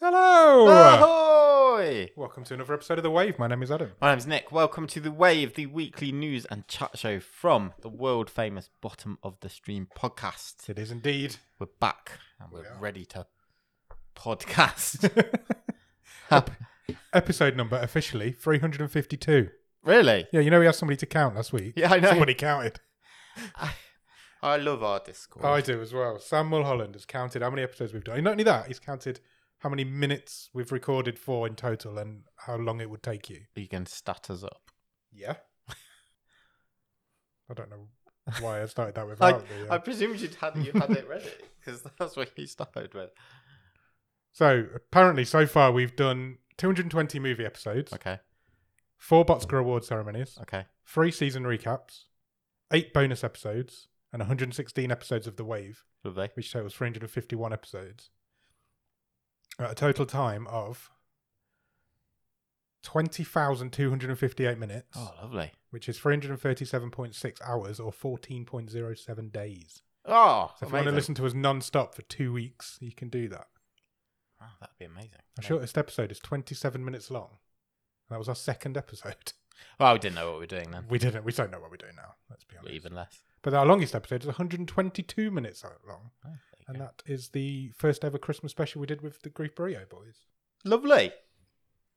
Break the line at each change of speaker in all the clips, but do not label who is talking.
Oh,
welcome to another episode of The Wave. My name is Adam.
My name's Nick. Welcome to The Wave, the weekly news and chat show from the world famous Bottom of the Stream podcast.
It is indeed.
We're back and we're
We are.
ready to podcast. Hap-
Episode number officially 352.
really?
Yeah, you know we asked somebody to count last week.
Yeah, I know.
Somebody counted.
I love our Discord.
I do as well. Sam Mulholland has counted how many episodes we've done. And not only that, he's counted how many minutes we've recorded for in total and how long it would take you.
Are you going to stat us up?
Yeah. I don't know why I started that
I,
without the, uh,
I presumed you'd had, you had it ready because that's what you started with.
So apparently, so far we've done 220 movie episodes,
Okay,
four Botsker Award ceremonies,
okay.
three season recaps, eight bonus episodes, and 116 episodes of The Wave,
Lovely.
which totals 351 episodes. At a total time of 20,258 minutes,
Oh, lovely.
which is 337.6 hours or 14.07 days.
Oh,
So if you want to
amazing.
listen to us non stop for two weeks, you can do that.
Wow, Oh, that'd be amazing.
Our shortest episode is 27 minutes long. And that was our second episode.
Well, we didn't know what we were doing then.
We didn't. We don't know what we're doing now. Let's be honest.
Even less.
But our longest episode is 122 minutes long,
Oh, there you
and
go.
that is the first ever Christmas special we did with the Grief Burrito Boys.
Lovely.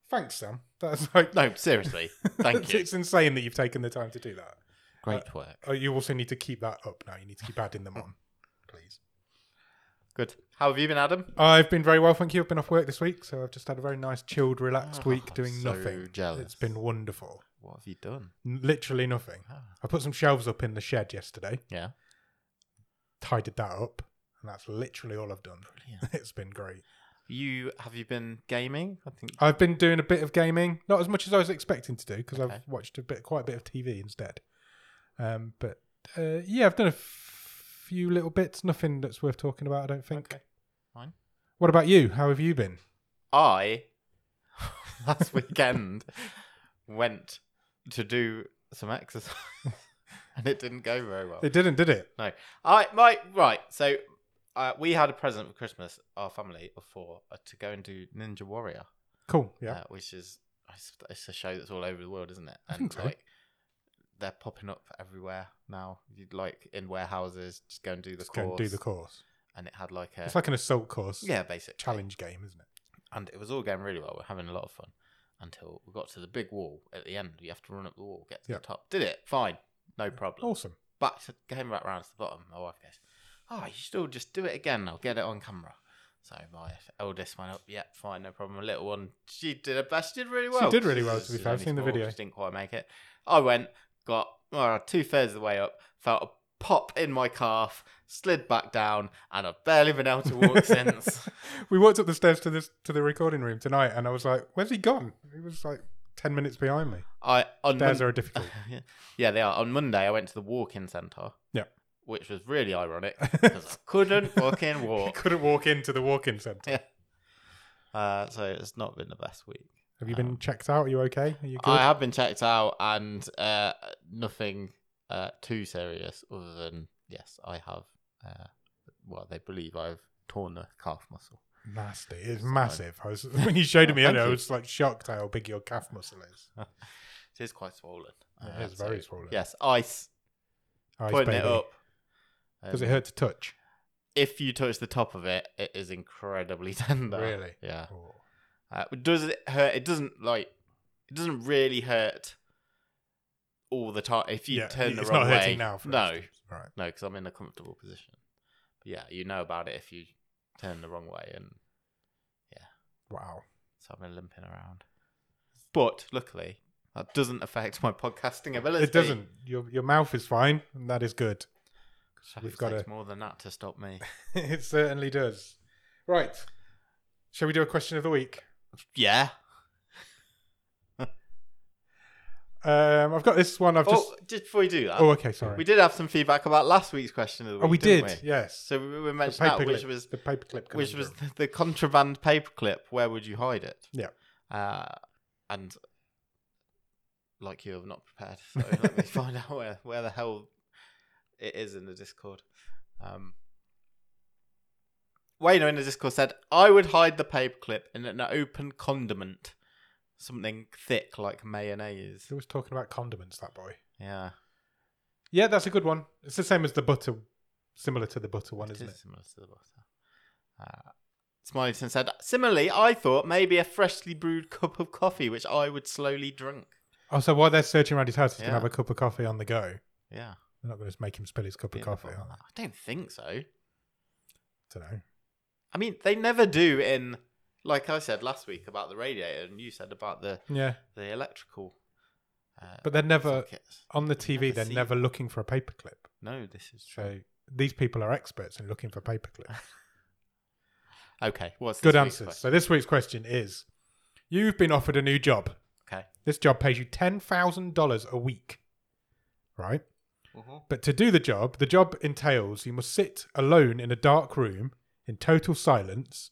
Thanks, Sam. That's like
No, seriously. Thank you. Uh,
it's insane that you've taken the time to do that.
Great work.
Oh, you also need to keep that up now. You need to keep adding them on, please.
Good. How have you been, Adam?
I've been very well, thank you. I've been off work this week, so I've just had a very nice, chilled, relaxed
Oh,
week
I'm
doing
so
nothing.
jealous.
It's been wonderful.
What have you done?
N- Literally nothing.
Ah.
I put some shelves up in the shed yesterday,
Yeah.
tidied that up, and that's literally all I've done.
Brilliant.
it's been great.
You have you been gaming? I think.
I've been doing a bit of gaming, not as much as I was expecting to do because
Okay.
I've watched a bit, quite a bit of TV instead. Um, but uh, yeah, I've done a f- few little bits. Nothing that's worth talking about, I don't think.
Okay. Fine.
What about you? How have you been?
I last weekend went to do some exercise, and it didn't go very well.
It didn't, did it?
No, I my right. So uh, we had a present for Christmas, our family of four, uh, to go and do Ninja Warrior.
Cool. Yeah.
uh, which is it's- it's a show that's all over the world, isn't it?
I
And
think so.
like they're popping up everywhere now. You like in warehouses, just go and do the
Just go
course.
and do the course.
And it had like a
It's like an assault course
yeah, basic
challenge game, isn't it?
And it was all going really well. We're having a lot of fun until we got to the big wall at the end. You have to run up the wall, get to
Yeah.
the top. Did it? Fine, no problem.
Awesome.
Back to came back round to the bottom. My wife goes, "Oh, you still just do it again. I'll get it on camera." So my eldest went up. Yep, fine, no problem. The little one, she did her best. She did really
She
well.
did really well, to be
she's
fair. I've
only
seen the
small,
video.
She didn't quite make it. I went, got well, two thirds of the way up, felt a pop in my calf, slid back down, and I've barely been able to walk since.
we walked up the stairs to this to the recording room tonight, and I was like, "Where's he gone?" He was like ten minutes behind me.
I on
Stairs
Mon-
are difficult.
yeah, they are. On Monday, I went to the walk-in centre.
Yeah.
Which was really ironic because I couldn't fucking
He
walk.
couldn't walk into the walk-in centre.
Uh, so it's not been the best week.
Have you been checked out? Are you okay? Are you good?
I have been checked out and uh, nothing uh, too serious other than, yes, I have, uh, well, they believe I've torn the calf muscle.
Nasty. It's
fine.
massive. I was, when you showed it me
Thank
earlier, I
you.
was like shocked how big your calf muscle is.
It is quite swollen.
It is very swollen.
Yes, ice,
Ice
putting it
baby.
up.
Does
Um,
it hurt to touch?
If you touch the top of it, it is incredibly tender.
Really?
Yeah.
Or-
Uh, does it hurt? It doesn't like. It doesn't really hurt all the time if you
Yeah,
turn the
it's
wrong
not
way.
hurting now. For
no,
instance. Right.
no, because I'm in a comfortable position. But yeah, you know about it if you turn the wrong way, and
Wow.
so I've been limping around. But luckily, that doesn't affect my podcasting ability.
It doesn't. Your your mouth is fine, and that is good.
So
We've
it
got
takes
a-
more than that to stop me.
it certainly does. Right. Shall we do a question of the week?
Yeah.
Um, I've got this one. I've just.
oh, just before we do that,
Oh, okay. Sorry.
we did have some feedback about last week's question of the week.
oh, we did.
didn't we?
Yes.
So we were
The
mentioning that,
paperclip.
which was
the paperclip.
which was
conundrum.
the, the contraband paperclip. Where would you hide it?
Yeah.
Uh, and like you, I'm not prepared. So let me find out where, where the hell it is in the Discord. Um, Wayno in the Discord said, I would hide the paperclip in an open condiment something thick like mayonnaise.
He was talking about condiments, that boy.
Yeah,
Yeah, that's a good one. It's the same as the butter, similar to the butter one, isn't
is
it?
similar to the butter. Uh, Smilington said, similarly, I thought maybe a freshly brewed cup of coffee, which I would slowly drink.
Oh, so while they're searching around his house, he's
Yeah.
gonna have a cup of coffee on the go. They're
Yeah.
not gonna just make him spill his cup of
beautiful.
coffee. Are they?
I don't think so.
don't know.
I mean, they never do in, like I said last week about the radiator, and you said about the,
Yeah,
the electrical. Uh,
but they're never
circuits.
on the TV.
never
they're
seen-
never looking for a paperclip.
No, this is true.
So these people are experts in looking for paperclips.
Okay, what's
Good
this week's
answers.
question?
So this week's question is: You've been offered a new job.
Okay.
This job pays you ten thousand dollars a week, right? But to do the job, the job entails you must sit alone in a dark room in total silence,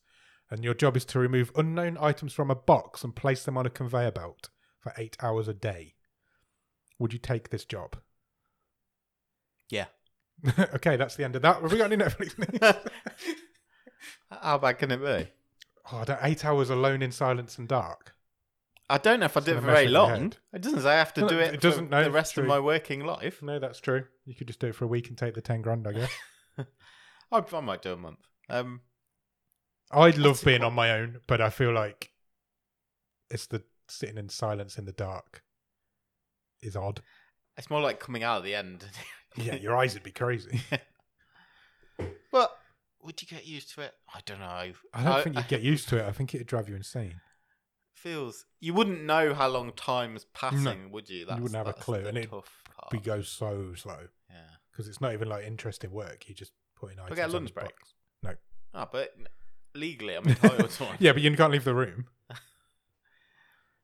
and your job is to remove unknown items from a box and place them on a conveyor belt for eight hours a day. Would you take this job?
Yeah.
okay, that's the end of that. Have we got any Netflix news?
How bad can it be?
Oh, I don't- eight hours alone in silence and dark.
I don't know if I do it
gonna
for
mess
very
with your
long.
head.
It doesn't say I have to
No,
do
it
it,
doesn't,
for
no,
the
it's
rest
true.
of my working life.
No, that's true. You could just do it for a week and take the ten grand, I guess.
I, I might do a month. Um,
I love being on my own, but I feel like it's the sitting in silence in the dark is odd.
it's more like coming out at the end.
Yeah, your eyes would be crazy.
but would you get used to it? I don't know. I
I don't think you'd get used to it. I think it'd drive you insane.
feels you wouldn't know how long time's passing, would you?
wouldn't have a
that's
clue,
the
and it'd
tough part.
We go so slow
yeah.
because it's not even like interesting work. You're just putting items.
I get a
on the
lunch break.
box. No.
Ah, but legally, I'm entitled to one.
Yeah, but you can't leave the room.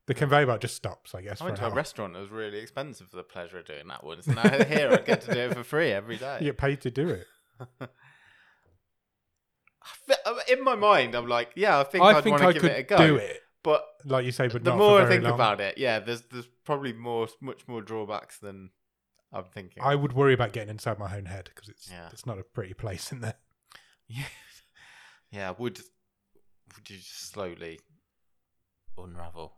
The conveyor belt just stops, I guess.
I
for
went
an
to a
hour.
restaurant that was really expensive for the pleasure of doing that once, and now here I get to do it for free every day.
You get paid to do it.
I fe- uh, In my mind, I'm like, yeah, I think
I
I'd
think
want to
I
give
could
it a go.
do it,
But
like you say, but
the
not
more
for
I
very
think
long.
about it, yeah, there's there's probably more, much more drawbacks than I'm thinking.
I would worry about getting inside my own head because it's
Yeah.
it's not a pretty place in there.
Yeah, yeah. Would would you just slowly unravel?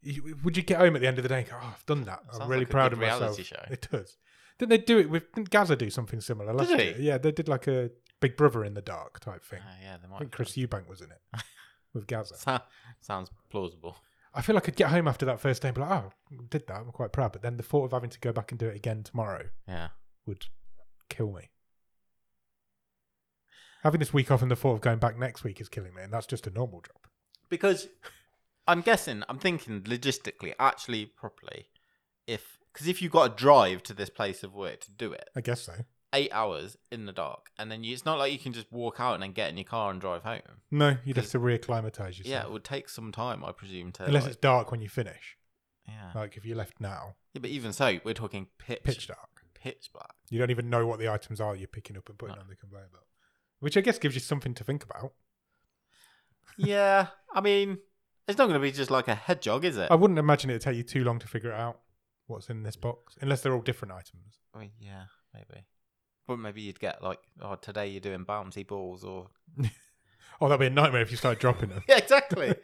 You- Would you get home at the end of the day and go, "Oh, I've done that.
Sounds
I'm really
like a
proud
good
of myself."
reality show.
It does. Didn't they do it with? Didn't Gaza do something similar last
Did
year?
he?
Yeah, they did like a Big Brother in the dark type thing.
Uh, yeah, there
I
might.
think
be.
Chris Eubank was in it with Gaza.
So- sounds plausible.
I feel like I'd get home after that first day and be like, "Oh, I did that. I'm quite proud." But then the thought of having to go back and do it again tomorrow
Yeah.
would kill me. Having this week off and the thought of going back next week is killing me, and that's just a normal job.
because I'm guessing, I'm thinking logistically, actually, properly, if because if you've got to drive to this place of work to do it,
I guess so.
eight hours in the dark, and then you, it's not like you can just walk out and then get in your car and drive home.
No, you'd have to reacclimatise yourself.
Yeah, it would take some time, I presume. To
Unless
like-
it's dark when you finish.
yeah.
Like if you left now,
yeah, but even so, we're talking pitch
pitch dark.
pitch black.
You don't even know what the items are you're picking up and putting
No.
on the conveyor belt. Which I guess gives you something to think about.
yeah, I mean, it's not going to be just like a head jog, is it?
I wouldn't imagine it'd take you too long to figure it out what's in this box, unless they're all different items.
I mean, yeah, maybe. But maybe you'd get like, oh, today you're doing bouncy balls or
Oh, that'd be a nightmare if you started dropping them.
Yeah, exactly.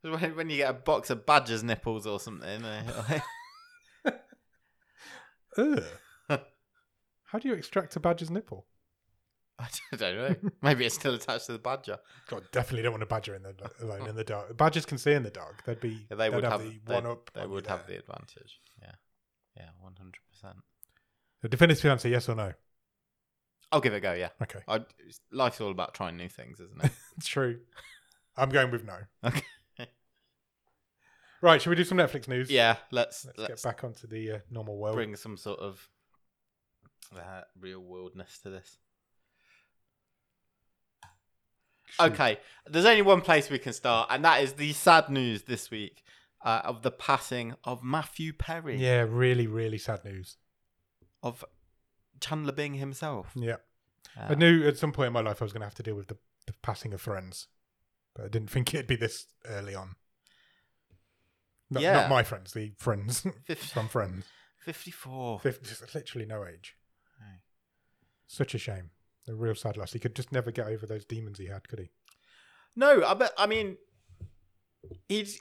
when, when you get a box of badger's nipples or something. uh,
Ugh. How do you extract a badger's nipple?
I don't know. Maybe it's still attached to the badger.
God, definitely don't want a badger in the alone in the dark. Badgers can see in the dark. They'd be
Yeah, they
they'd
would have,
the
they,
one up.
They
on you
would have
there.
the advantage. Yeah, yeah, one hundred percent.
the definitive answer: yes or no.
I'll give it a go. Yeah,
Okay,
I, life's all about trying new things, isn't it?
true. I'm going with no.
Okay.
Right, should we do some Netflix news?
yeah, let's
Let's,
let's,
get back onto the uh, normal world.
bring some sort of uh, real worldness to this.
Shoot.
Okay, there's only one place we can start, and that is the sad news this week uh, of the passing of Matthew Perry,
Yeah, really, really sad news.
of Chandler Bing himself.
Yeah.
Uh,
I knew at some point in my life I was going to have to deal with the, the passing of friends, but I didn't think it'd be this early on. Not,
Yeah.
not my friends, the friends
fif-
from friends.
54.
They've just literally no age.
Right.
Such a shame. A real sad loss. He could just never get over those demons he had, could he?
No, I bet. I mean, he's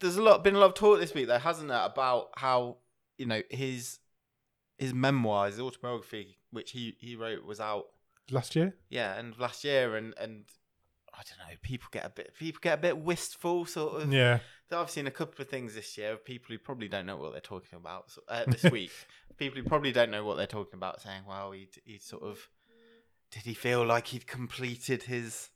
there's a lot been a lot of talk this week though, hasn't there, about how you know his his memoir, his autobiography, which he he wrote, was out
Last year?
yeah, and last year, and and I don't know, people get a bit people get a bit wistful, sort of.
Yeah.
So I've seen a couple of things this year of people who probably don't know what they're talking about. So, uh, this week, people who probably don't know what they're talking about, saying, "Well, he he sort of did he feel like he'd completed his."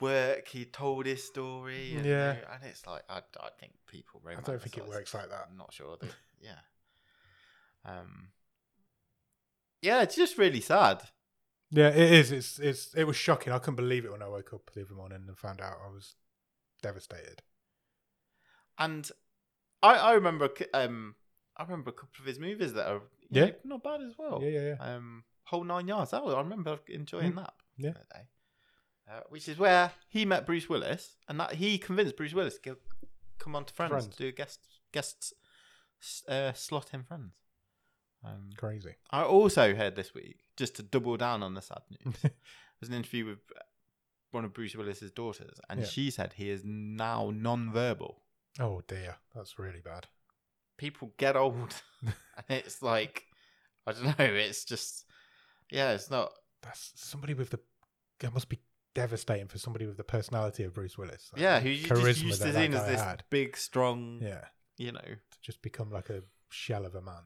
Work, he told his story, and,
Yeah.
and it's like I, I think people.
I don't think it
romanticize
works like that.
I'm not sure that. Yeah. Um. Yeah, it's just really sad.
Yeah, it is. It's it's it was shocking. I couldn't believe it when I woke up the other morning and found out I was devastated.
And I I remember c- um I remember a couple of his movies that are you
Yeah.
know, not bad as well.
Yeah, yeah, yeah. Mm.
Um, whole nine yards. That was, I remember enjoying that.
Yeah.
that day. Uh, which is where he met Bruce Willis, and that he convinced Bruce Willis to go, come on to Friends,
Friends.
do a guest guest s- uh, slot in Friends. Um,
Crazy.
I also heard this week, just to double down on the sad news, there's an interview with uh, one of Bruce Willis's daughters, and
Yeah.
she said he is now non-verbal.
Oh dear, that's really bad.
People get old, and it's like, I don't know, it's just, yeah, it's not.
That's somebody with the. That must be devastating for somebody with the personality of Bruce Willis. Like,
yeah, who you just
charisma
used
that
to
that
seeing as
guy
this
had.
big, strong,
Yeah,
you know.
to just become like a shell of a man.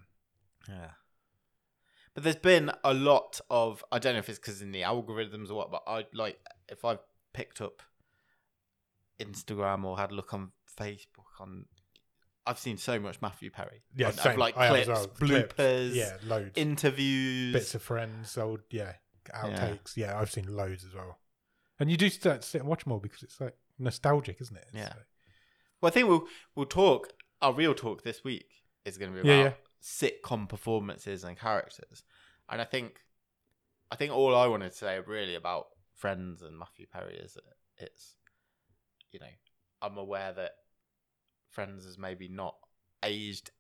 Yeah. But there's been a lot of I don't know if it's because in the algorithms or what, but I like if I've picked up Instagram or had a look on Facebook on, I've seen so much Matthew Perry.
Yeah,
I've, I've,
same.
like
I have as
clips,
well. Clips.
bloopers,
Yeah, loads.
interviews.
Bits of friends, old yeah, outtakes. Yeah. I've seen loads as well. And you do start to sit and watch more because it's like nostalgic, isn't it? It's
Yeah.
like-
well, I think we'll we'll talk our real talk this week is going to be about
Yeah,
sitcom performances and characters, and I think I think all I wanted to say really about Friends and Matthew Perry is that it's you know I'm aware that Friends has maybe not aged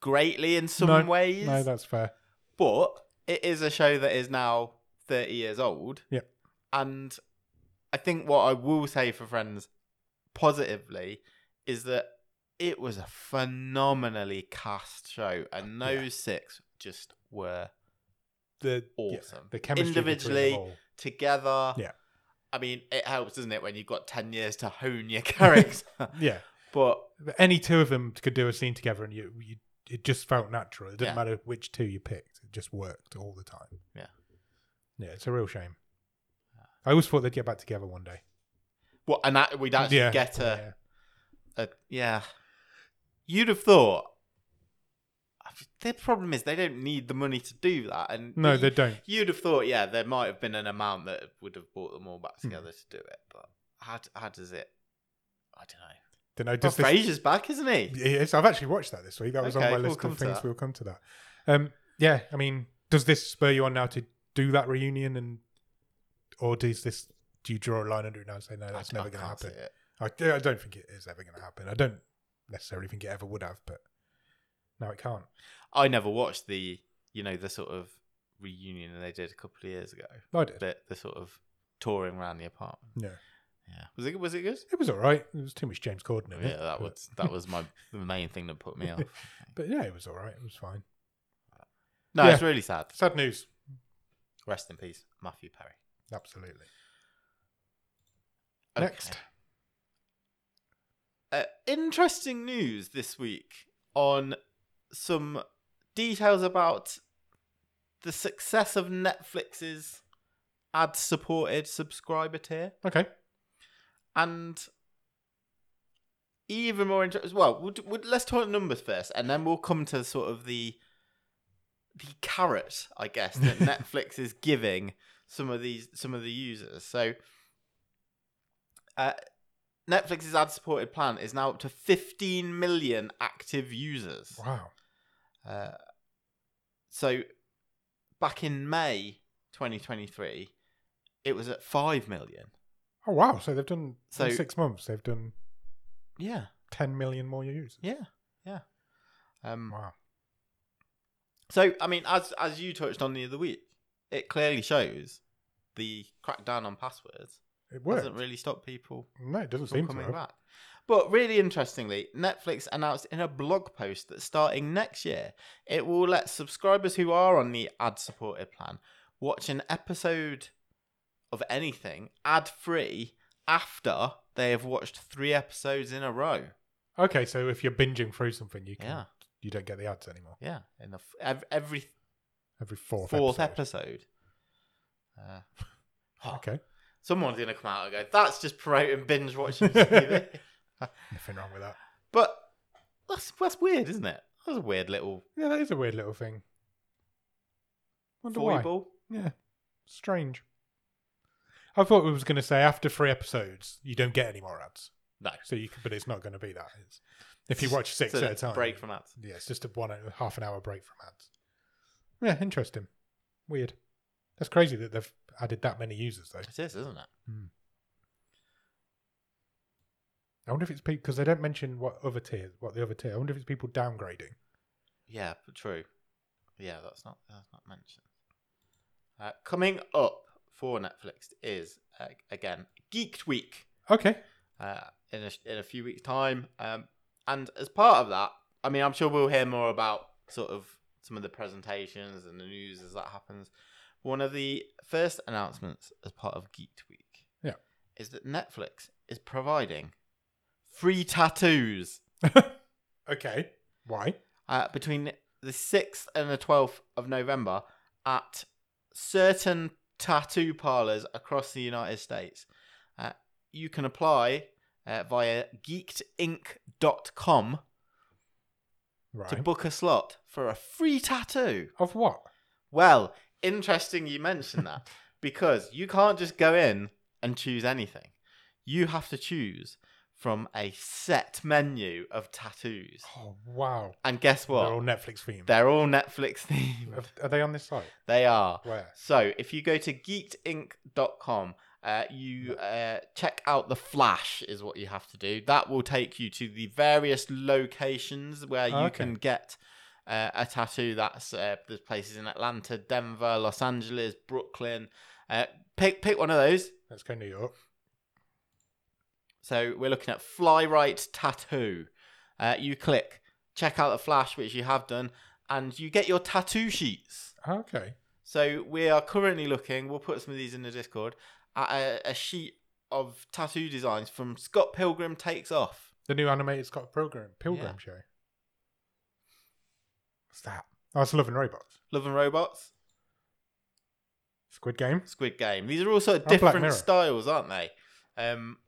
greatly in some
No,
ways,
no, that's fair.
but it is a show that is now 30 years old.
Yep.
And I think what I will say for Friends positively is that it was a phenomenally cast show, and
Yeah.
those six just were
The yeah,
Awesome.
the chemistry between them
Individually,
all.
together.
Yeah.
I mean, it helps, doesn't it, when you've got 10 years to hone your character?
Yeah,
but
But any two of them could do a scene together, and you, you it just felt natural. It didn't
Yeah.
matter which two you picked; it just worked all the time.
Yeah.
yeah, it's a real shame. I always thought they'd get back together one day.
what? And that, we'd actually
yeah,
get a.
yeah.
Uh, yeah. You'd have thought. The problem is they don't need the money to do that, and
No,
you-
they don't.
You'd have thought, yeah, there might have been an amount that would have brought them all back
Hmm.
together to do it, but how how does it? I don't know.
Don't know.
Well,
Does this,
Frasier's back, isn't he?
yes, I've actually watched that this week. That was
Okay,
on my
we'll
list
come
of
to
things.
that.
We'll come to that. Um, yeah, I mean, does this spur you on now to do that reunion, and or does this? Do you draw a line under it now and say no?
I-
That's
I
never going to
can't see
happen.
it.
I, I don't think it is ever going to happen. I don't necessarily think it ever would have, but no, it can't.
I never watched the you know the sort of reunion they did a couple of years ago,
I did.
the, the sort of touring around the apartment.
No,
Yeah, was it was it good?
it was all right. It was too much James Corden in it.
Yeah, that
but,
was that was my the main thing that put me off.
But yeah, it was all right. It was fine.
No,
Yeah.
it's really sad.
Sad news.
Rest in peace, Matthew Perry.
Absolutely.
Okay.
Next.
Uh, interesting news this week on some details about the success of Netflix's ad supported subscriber tier.
Okay.
And even more interesting, well, would would let's talk numbers first, and then we'll come to sort of the the carrot, I guess, that Netflix is giving some of these some of the users. So, uh, Netflix's ad-supported plan is now up to 15 million active users.
Wow.
Uh, so, back in May 2023, it was at 5 million.
Oh wow. So they've done
So-
in six months. They've done
Yeah,
ten million more users.
yeah, yeah. Um,
Wow.
So I mean, as as you touched on the other week, it clearly shows the crackdown on passwords
It worked.
Doesn't really stop people
no, it doesn't
from
seem to.
coming
have.
back. But really interestingly, Netflix announced in a blog post that starting next year, it will let subscribers who are on the ad supported plan watch an episode of anything ad free after they have watched three episodes in a row.
Okay, so if you're binging through something, you can,
Yeah.
you don't get the ads anymore.
Yeah, in the f- ev- every
Every fourth,
fourth
episode.
episode. Uh, oh,
Okay,
Someone's gonna come out and go, "That's just promoting binge watching TV."
nothing wrong with that.
but that's that's weird, isn't it? That's a weird little
Yeah, that is a weird little thing. Wonder why.
foible.
Yeah, strange. I thought we was going to say after three episodes, you don't get any more ads.
No,
So you, can, but it's not going to be that. It's, if you watch six
So
at a time,
break from ads.
yeah, it's just a one half an hour break from ads. Yeah, interesting. Weird. That's crazy that they've added that many users though.
It is, isn't it?
I wonder if it's people because they don't mention what other tier, what the other tier. I wonder if it's people downgrading.
Yeah, but true. Yeah, that's not that's not mentioned. Uh, coming up for Netflix is uh, again Geeked Week.
Okay.
uh, in a, in a few weeks' time. Um, and as part of that, I mean, I'm sure we'll hear more about sort of some of the presentations and the news as that happens. One of the first announcements as part of Geeked Week,
Yeah.
is that Netflix is providing free tattoos
Okay. Why?
uh, between the sixth and the twelfth of November at certain tattoo parlors across the United States. Uh, you can apply uh, via geekedinc.com to
Right.
book a slot for a free tattoo.
Of what?
Well, interesting you mention that because you can't just go in and choose anything. You have to choose from a set menu of tattoos.
Oh wow.
And guess what?
They're all Netflix themed.
They're all Netflix themed.
Are they on this site?
They are.
Where?
So if you go to geekedinc.com, uh, you uh, check out the flash is what you have to do. That will take you to the various locations where you
Okay.
can get uh, a tattoo. That's uh, there's places in Atlanta, Denver, Los Angeles, Brooklyn. Uh, pick pick one of those.
Let's go New York.
So we're looking at fly right tattoo. Uh, you click check out the flash, which you have done, and you get your tattoo sheets.
Oh, Okay.
So we are currently looking. We'll put some of these in the Discord. At a, a sheet of tattoo designs from Scott Pilgrim Takes Off.
The new animated Scott Pilgrim Pilgrim
Yeah.
show. What's that? Oh, it's Love and Robots.
Love and Robots,
Squid Game.
Squid Game. These are all sort of
And Oh, Black
different
Mirror.
styles, aren't they? Um,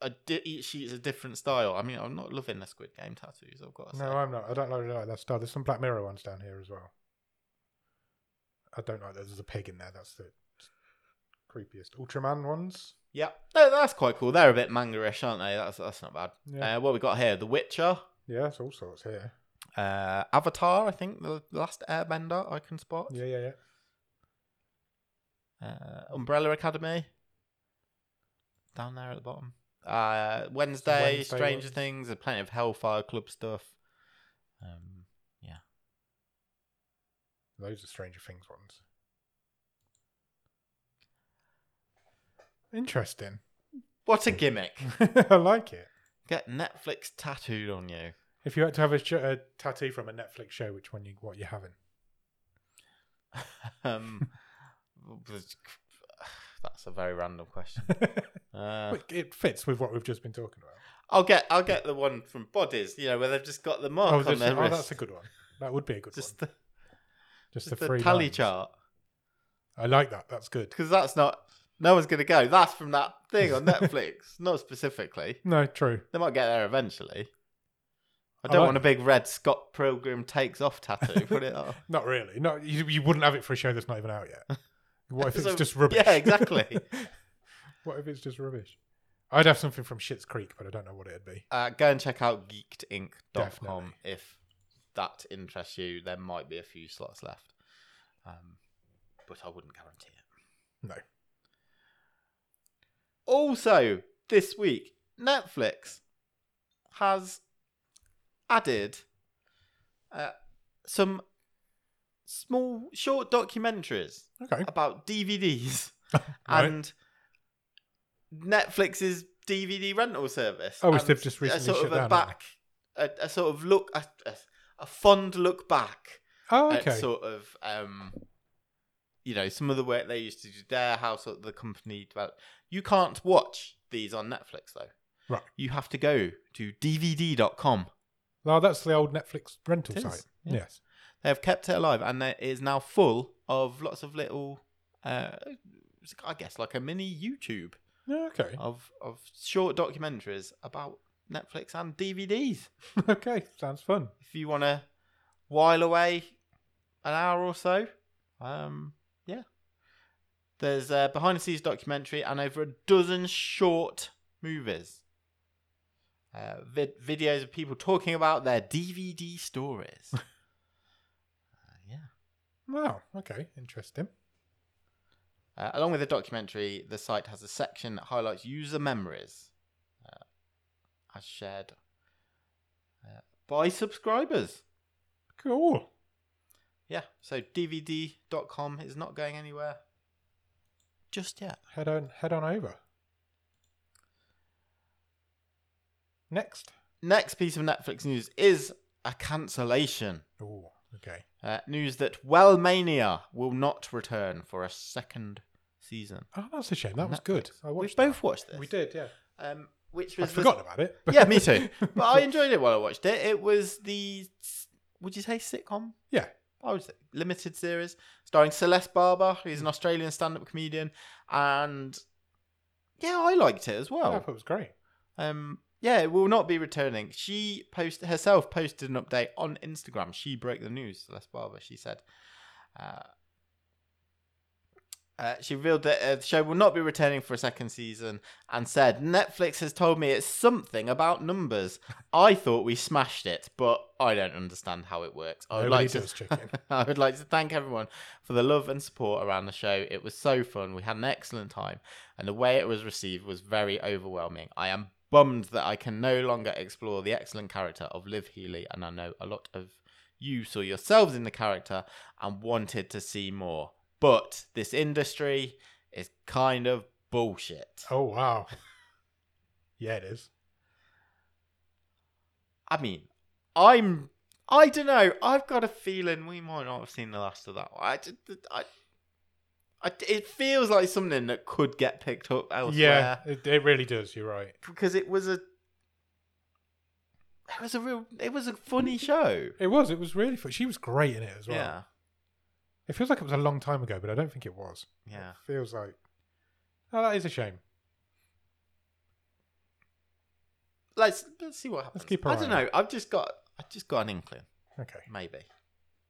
a di- each sheet's a different style. I mean, I'm not loving the Squid Game tattoos. I've got to say.
No, I'm not. I don't really like that style. There's some Black Mirror ones down here as well. I don't like that. There's a pig in there. That's the creepiest. Ultraman ones.
Yeah, no, that's quite cool. They're a bit manga-ish, aren't they? That's that's not bad.
Yeah.
Uh, what we got here? The Witcher,
Yeah, there's all sorts here.
uh, Avatar. I think the last Airbender I can spot.
Yeah, yeah, yeah.
Uh, Umbrella Academy. Down there at the bottom. Uh, Wednesday,
Wednesday
Stranger
ones.
Things, there's plenty of Hellfire Club stuff. Um,
Those are Stranger Things ones. Interesting.
what a gimmick.
I like it.
Get Netflix tattooed on you.
If you had to have a, sh- a tattoo from a Netflix show, which one you what you having?
Um, that's a very random question. Uh,
Well, it fits with what we've just been talking about.
I'll get I'll get the one from Bodies, you know, where they've just got the mark
Oh,
on
just-
their
oh,
wrist.
that's a good one. That would be a good
just
one.
the,
Just,
just
the,
the,
three
tally
lines.
chart.
I like that. That's good.
Because that's not no one's gonna go. That's from that thing on Netflix. not specifically.
No, true.
They might get there eventually. I
I
don't
like-
want a big red Scott Pilgrim takes off tattoo. Put it up.
Not really. No, you, you wouldn't have it for a show that's not even out yet. What if it's
So-
just rubbish?
Yeah, exactly.
what if it's just rubbish? I'd have something from Shit's Creek, but I don't know what it'd be.
Uh, go and check out geekedinc.com
Definitely.
if that interests you. There might be a few slots left, um, but I wouldn't guarantee it.
No.
Also, this week Netflix has added uh, some small Uh, short documentaries
Okay.
about DVDs
Right.
and Netflix's DVD rental service.
Oh, which
and
they've just
a
recently
sort
shut
of a
down, haven't
back, a, a sort of look, a, a, a fond look back
Oh,
at
okay.
sort of, um, you know, some of the work they used to do there, how sort of the company developed. You can't watch these on Netflix though.
Right.
You have to go to DVD.com.
Well, that's the old Netflix rental
It is,
site.
yeah.
Yes.
They have kept it alive, and it is now full of lots of little, uh, I guess, like a mini YouTube
Yeah, Okay.
of of short documentaries about Netflix and DVDs.
okay. Sounds fun.
If you want to while away an hour or so, um, yeah. There's a behind the scenes documentary and over a dozen short movies. Uh, vid- videos of people talking about their DVD stories. Uh, yeah.
Wow. Okay. Interesting.
Uh, along with the documentary, the site has a section that highlights user memories uh, as shared uh, by subscribers.
Cool.
Yeah, so DVD.com is not going anywhere just yet.
Head on. Head on over. Next.
Next piece of Netflix news is a cancellation.
Oh. Okay.
Uh, news that Wellmania will not return for a second season.
Oh, that's a shame. That was
Netflix.
good. I
We
watched.
both watched this.
We did. Yeah.
Um, which
I
was the-
forgot about it. but-
yeah, me too. But I enjoyed it while I watched it. It was the would you say sitcom?
Yeah.
I would say limited series starring Celeste Barber, who's an Australian stand-up comedian, and yeah, I liked it as
I
well.
thought it was great.
Um, yeah, it will not be returning. She post herself posted an update on Instagram. She broke the news, Celeste Barber. She said, uh, uh, she revealed that uh, the show will not be returning for a second season, and said, "Netflix has told me it's something about numbers. I thought we smashed it, but I don't understand how it works. I would
Nobody
like to
does chicken.
I would like to thank everyone for the love and support around the show. It was so fun. We had an excellent time, and the way it was received was very overwhelming. I am bummed that I can no longer explore the excellent character of Liv Healy, and I know a lot of you saw yourselves in the character and wanted to see more. But this industry is kind of bullshit.
Oh wow. Yeah, it is.
I mean, I'm. I don't know. I've got a feeling we might not have seen the last of that one. I, just- I, I, it feels like something that could get picked up
Yeah,
elsewhere
it, it really does. You're right.
because it was a. It was a real. It was a funny show.
It was. It was really fun. She was great in it as well.
Yeah,
It feels like it was a long time ago, but I don't think it was.
yeah.
It feels like. Oh, that is a shame.
Let's let's see what happens.
keep our
I don't
eye on
know. I've just got. I've just got an inkling.
Okay.
Maybe.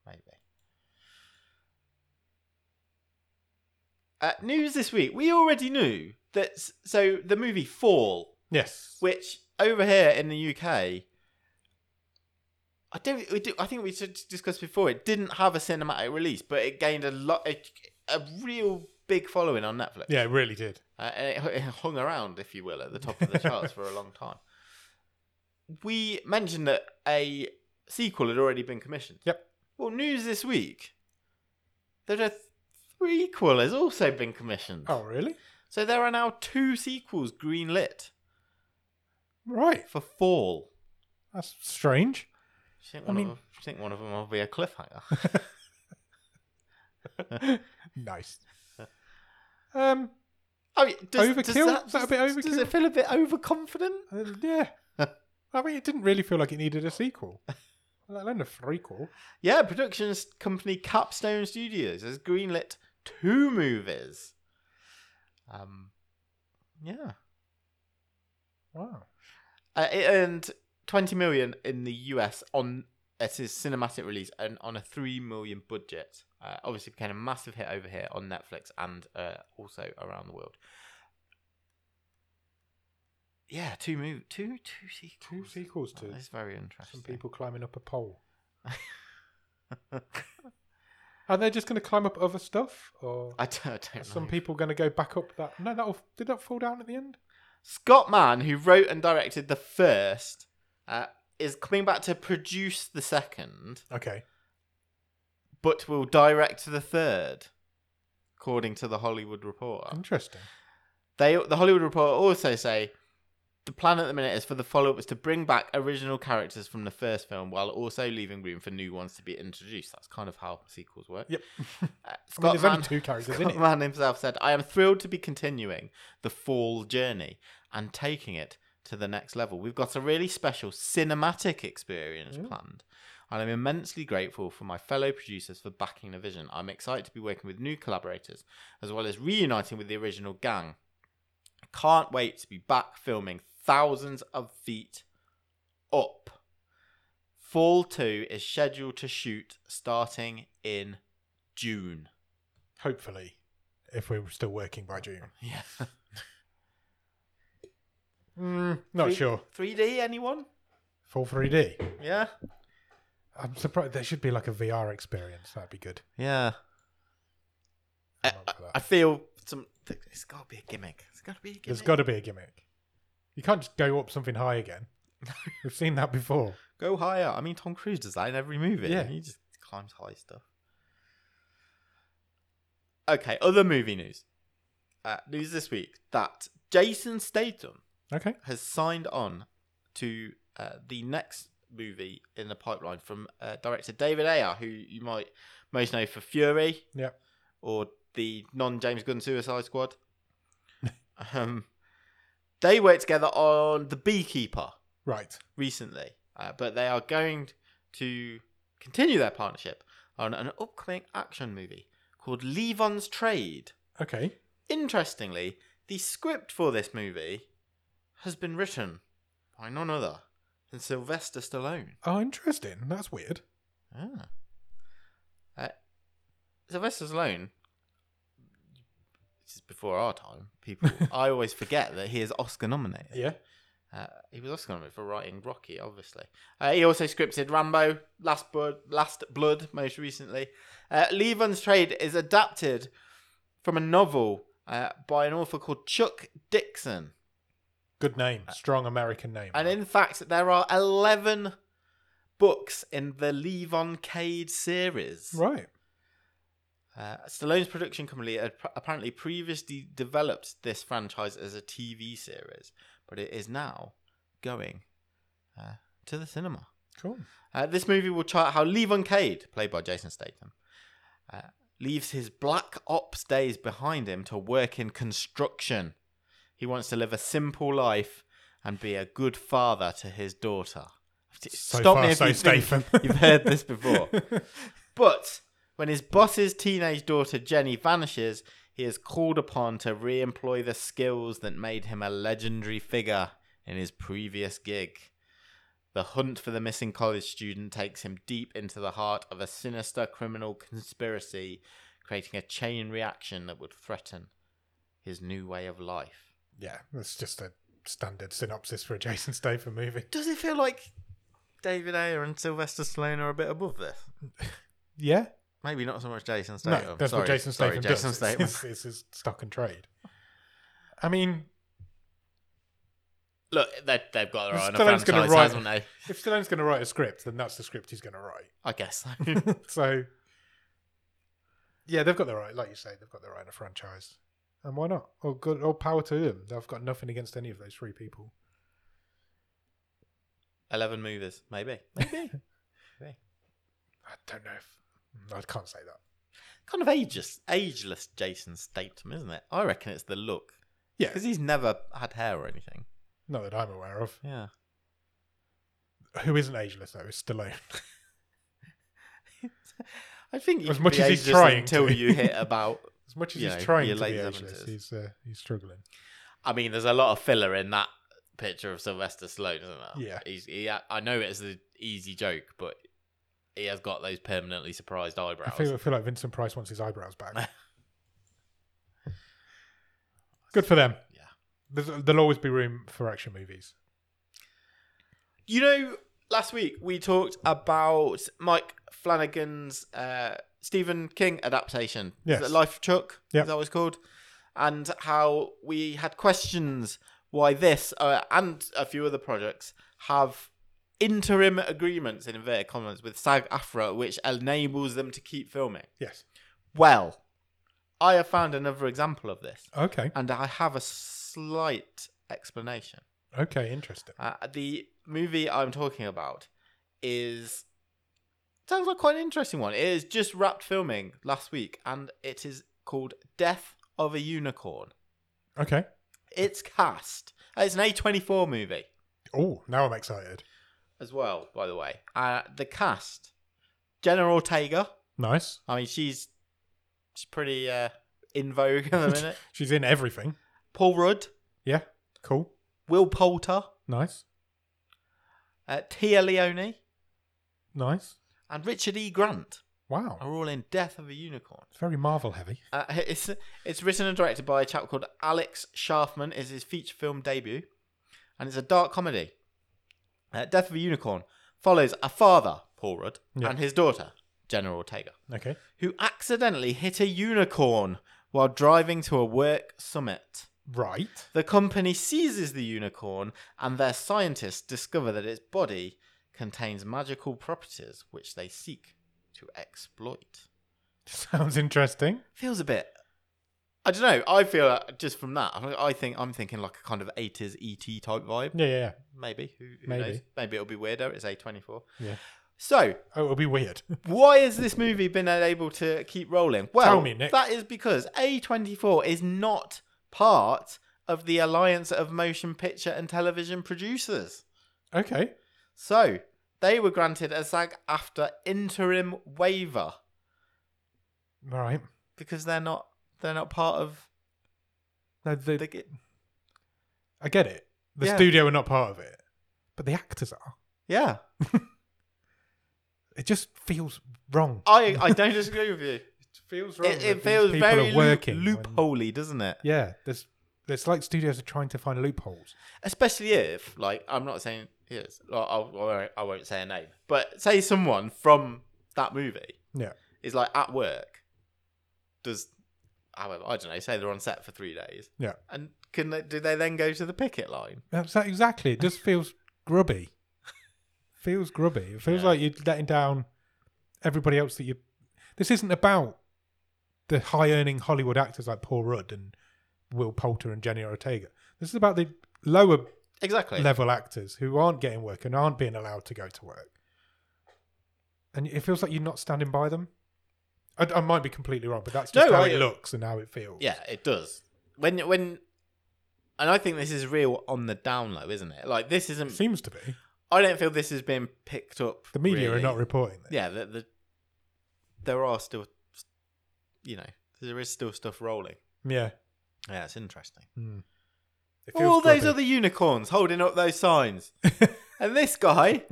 Maybe. Uh, news this week. We already knew that. s- So the movie Fall,
Yes.
which over here in the UK, I don't. We do, I think we should discuss before. It didn't have a cinematic release, but it gained a lot, a, a real big following on Netflix.
Yeah, it really did.
Uh, and it, it hung around, if you will, at the top of the charts for a long time. We mentioned that a sequel had already been commissioned.
Yep.
Well, news this week that a threequel has also been commissioned.
Oh, really?
So there are now two sequels greenlit
Right.
for Fall.
That's strange.
Do you think
I
one,
mean-
of, them, do you think one of them will be a cliffhanger?
Nice. Um.
I mean, Oh, does, Does
Overkill?
that,
Is that a bit
does- Does
overkill?
it feel a bit overconfident?
uh, Yeah. I mean, it didn't really feel like it needed a sequel, let alone a prequel.
Yeah, productions company Capstone Studios has greenlit two movies. Um, yeah,
Wow.
uh, it earned twenty million in the US on its cinematic release and on a three million budget. Uh, obviously, became a massive hit over here on Netflix and uh, also around the world. Yeah, two move, two two sequels.
Two sequels to
That is very interesting.
some people climbing up a pole. Are they just going to climb up other stuff, or
I don't, I don't know.
are some people going to go back up that? No, that did that fall down at the end?
Scott Mann, who wrote and directed the first, uh, is coming back to produce the second,
Okay.
but will direct the third, according to the Hollywood Reporter.
Interesting.
They the Hollywood Reporter also say the plan at the minute is for the follow-ups to bring back original characters from the first film while also leaving room for new ones to be introduced. That's kind of how sequels work.
Yep.
Uh,
I mean,
Scott
there's
Mann-
only two characters in
Scott
it.
Mann himself said, I am thrilled to be continuing the fall journey and taking it to the next level. We've got a really special cinematic experience
Mm.
planned, and I'm immensely grateful for my fellow producers for backing the vision. I'm excited to be working with new collaborators as well as reuniting with the original gang. I can't wait to be back filming thousands of feet up. Fall 2 is scheduled to shoot starting in June.
Hopefully, if we're still working by June.
Yeah.
Mm, not
Three-
sure.
3D, anyone?
Full 3D.
Yeah.
I'm surprised. There should be like a VR experience. That'd be good.
Yeah. I,
I'm
I,
up for
I
that.
feel some. It's got to be a gimmick. It's got to be a gimmick.
There's got to be a gimmick. You can't just go up something high again. We've seen that before.
Go higher. I mean, Tom Cruise does that in every movie.
Yeah.
He just climbs high stuff. Okay, other movie news. Uh, news this week that Jason Statham
Okay.
has signed on to uh, the next movie in the pipeline from uh, director David Ayer, who you might most know for Fury.
Yep.
Or the non James Gunn Suicide Squad. um, they worked together on The Beekeeper
Right.
recently, uh, but they are going to continue their partnership on an upcoming action movie called Levon's Trade.
Okay.
Interestingly, the script for this movie has been written by none other than Sylvester Stallone.
Oh, interesting. That's weird.
Ah. Uh, Sylvester Stallone, this is before our time, people, I always forget that he is Oscar nominated.
Yeah.
Uh, he was Oscar nominated for writing Rocky, obviously. Uh, he also scripted Rambo, Last Blood, Last Blood most recently. Uh, Levon's Trade is adapted from a novel uh, by an author called Chuck Dixon.
Good name. Strong American name.
And in fact, there are 11 books in the Levon Cade series.
right.
Uh, Stallone's production company had pr- apparently previously developed this franchise as a TV series, but it is now going uh, to the cinema.
Cool.
Uh, this movie will chart how Levon Cade, played by Jason Statham, uh, leaves his black ops days behind him to work in construction. He wants to live a simple life and be a good father to his daughter.
So far, so Statham.
you've heard this before. But when his boss's teenage daughter Jenny vanishes, he is called upon to re employ the skills that made him a legendary figure in his previous gig. The hunt for the missing college student takes him deep into the heart of a sinister criminal conspiracy, creating a chain reaction that would threaten his new way of life.
Yeah. That's just a standard synopsis for a Jason Statham movie.
Does it feel like David Ayer and Sylvester Stallone are a bit above this?
Yeah.
Maybe not so much Jason Statham.
No, that's
Sorry.
what Jason
Sorry,
Statham
Jason
does.
Statham.
It's, it's his stock and trade. I mean,
Look, they, they've got their own
Stallone's
franchise,
gonna write-
haven't they?
if Stallone's going to write a script, then that's the script he's going to write.
I guess.
so, yeah, they've got their right, like you say, they've got their own franchise, and why not? Or good, or power to them. They've got nothing against any of those three people.
11 movies, maybe. Maybe.
I don't know if I can't say that.
kind of ageless, ageless Jason Statham, isn't it? I reckon it's the look.
Yeah.
Because he's never had hair or anything.
Not that I'm aware of.
Yeah.
Who isn't ageless though is Stallone.
I think you
As
can
much
be
as he's
ageless
trying
until
to.
you hit about.
As much as
You
he's
know,
trying
your
to
late
be ageless,
70s.
he's uh, he's struggling.
I mean, there's a lot of filler in that picture of Sylvester Stallone, isn't there?
Yeah.
He's, he, I know it's an easy joke, but he has got those permanently surprised eyebrows.
I feel, I feel like Vincent Price wants his eyebrows back. Good for them.
Yeah.
There's, there'll always be room for action movies.
You know, last week we talked about Mike Flanagan's uh, Stephen King adaptation.
Yes.
Is it Life of Chuck?
Yep.
Is that what it's called? And how we had questions why this uh, and a few other projects have interim agreements, in inverted commas, with SAG AFRA, which enables them to keep filming.
Yes.
Well, I have found another example of this,
Okay.
and I have a slight explanation.
Okay. Interesting.
Uh, the movie I'm talking about is sounds like quite an interesting one. It is just wrapped filming last week, and it is called Death of a Unicorn.
Okay.
It's cast. uh, It's an A24 movie
Oh, now I'm excited.
as well, by the way. Uh, the cast: Jenna Ortega.
Nice.
I mean, she's she's pretty uh, in vogue at the minute.
She's in everything.
Paul Rudd,
Yeah. Cool.
Will Poulter,
Nice.
uh, Tia Leone,
Nice.
and Richard E. Grant
Wow.
are all in Death of a Unicorn.
It's very Marvel heavy.
Uh, it's it's written and directed by a chap called Alex Sharfman. It's his feature film debut, and it's a dark comedy. Uh, Death of a Unicorn follows a father, Paul Rudd,
Yeah.
and his daughter, Jenna Ortega,
Okay.
who accidentally hit a unicorn while driving to a work summit.
Right.
The company seizes the unicorn, and their scientists discover that its body contains magical properties which they seek to exploit.
Sounds interesting.
Feels a bit. I don't know. I feel uh, just from that. I I think I'm thinking like a kind of 80s ET type vibe.
Yeah, yeah, yeah.
Maybe. Who, who
Maybe.
knows? Maybe it'll be weirder. It's A24.
Yeah.
So,
Oh, it'll be weird.
why has this movie been unable to keep rolling? Well,
Tell me, Nick.
that is because A24 is not part of the Alliance of Motion Picture and Television Producers.
okay.
So, they were granted a SAG after interim waiver
All right.
because they're not they're not part of
No, the,
the g-
I get it. The
Yeah.
studio are not part of it, but the actors are.
Yeah.
It just feels wrong.
I I don't disagree with you.
It feels
Oh, It,
that
it
these
feels
people
very
are
working
working. when-
loopholey, doesn't it?
Yeah. There's. It's like studios are trying to find loopholes.
especially if like I'm not saying yes, I, I, I won't say a name, but say someone from that movie
Yeah.
is like at work, does however I don't know, say they're on set for three days,
Yeah.
and can they, do they then go to the picket line?
That's that- exactly. It just feels grubby. Feels grubby. It feels
Yeah.
like you're letting down everybody else that you. This isn't about the high earning Hollywood actors like Paul Rudd and Will Poulter and Jenny Ortega. This is about the lower
Exactly.
level actors who aren't getting work and aren't being allowed to go to work. And it feels like you're not standing by them. I, I might be completely wrong, but that's just
No,
how
I-
it looks and how it feels.
yeah, it does. When when, and I think this is real on the down low, isn't it? Like this
It
isn't.
seems to be.
I don't feel this has been picked up.
The media
really.
are not reporting this.
yeah, the, the there are still, you know, there is still stuff rolling.
Yeah.
Yeah, it's interesting.
Mm. It feels
All those
grubby.
other unicorns holding up those signs, and this guy.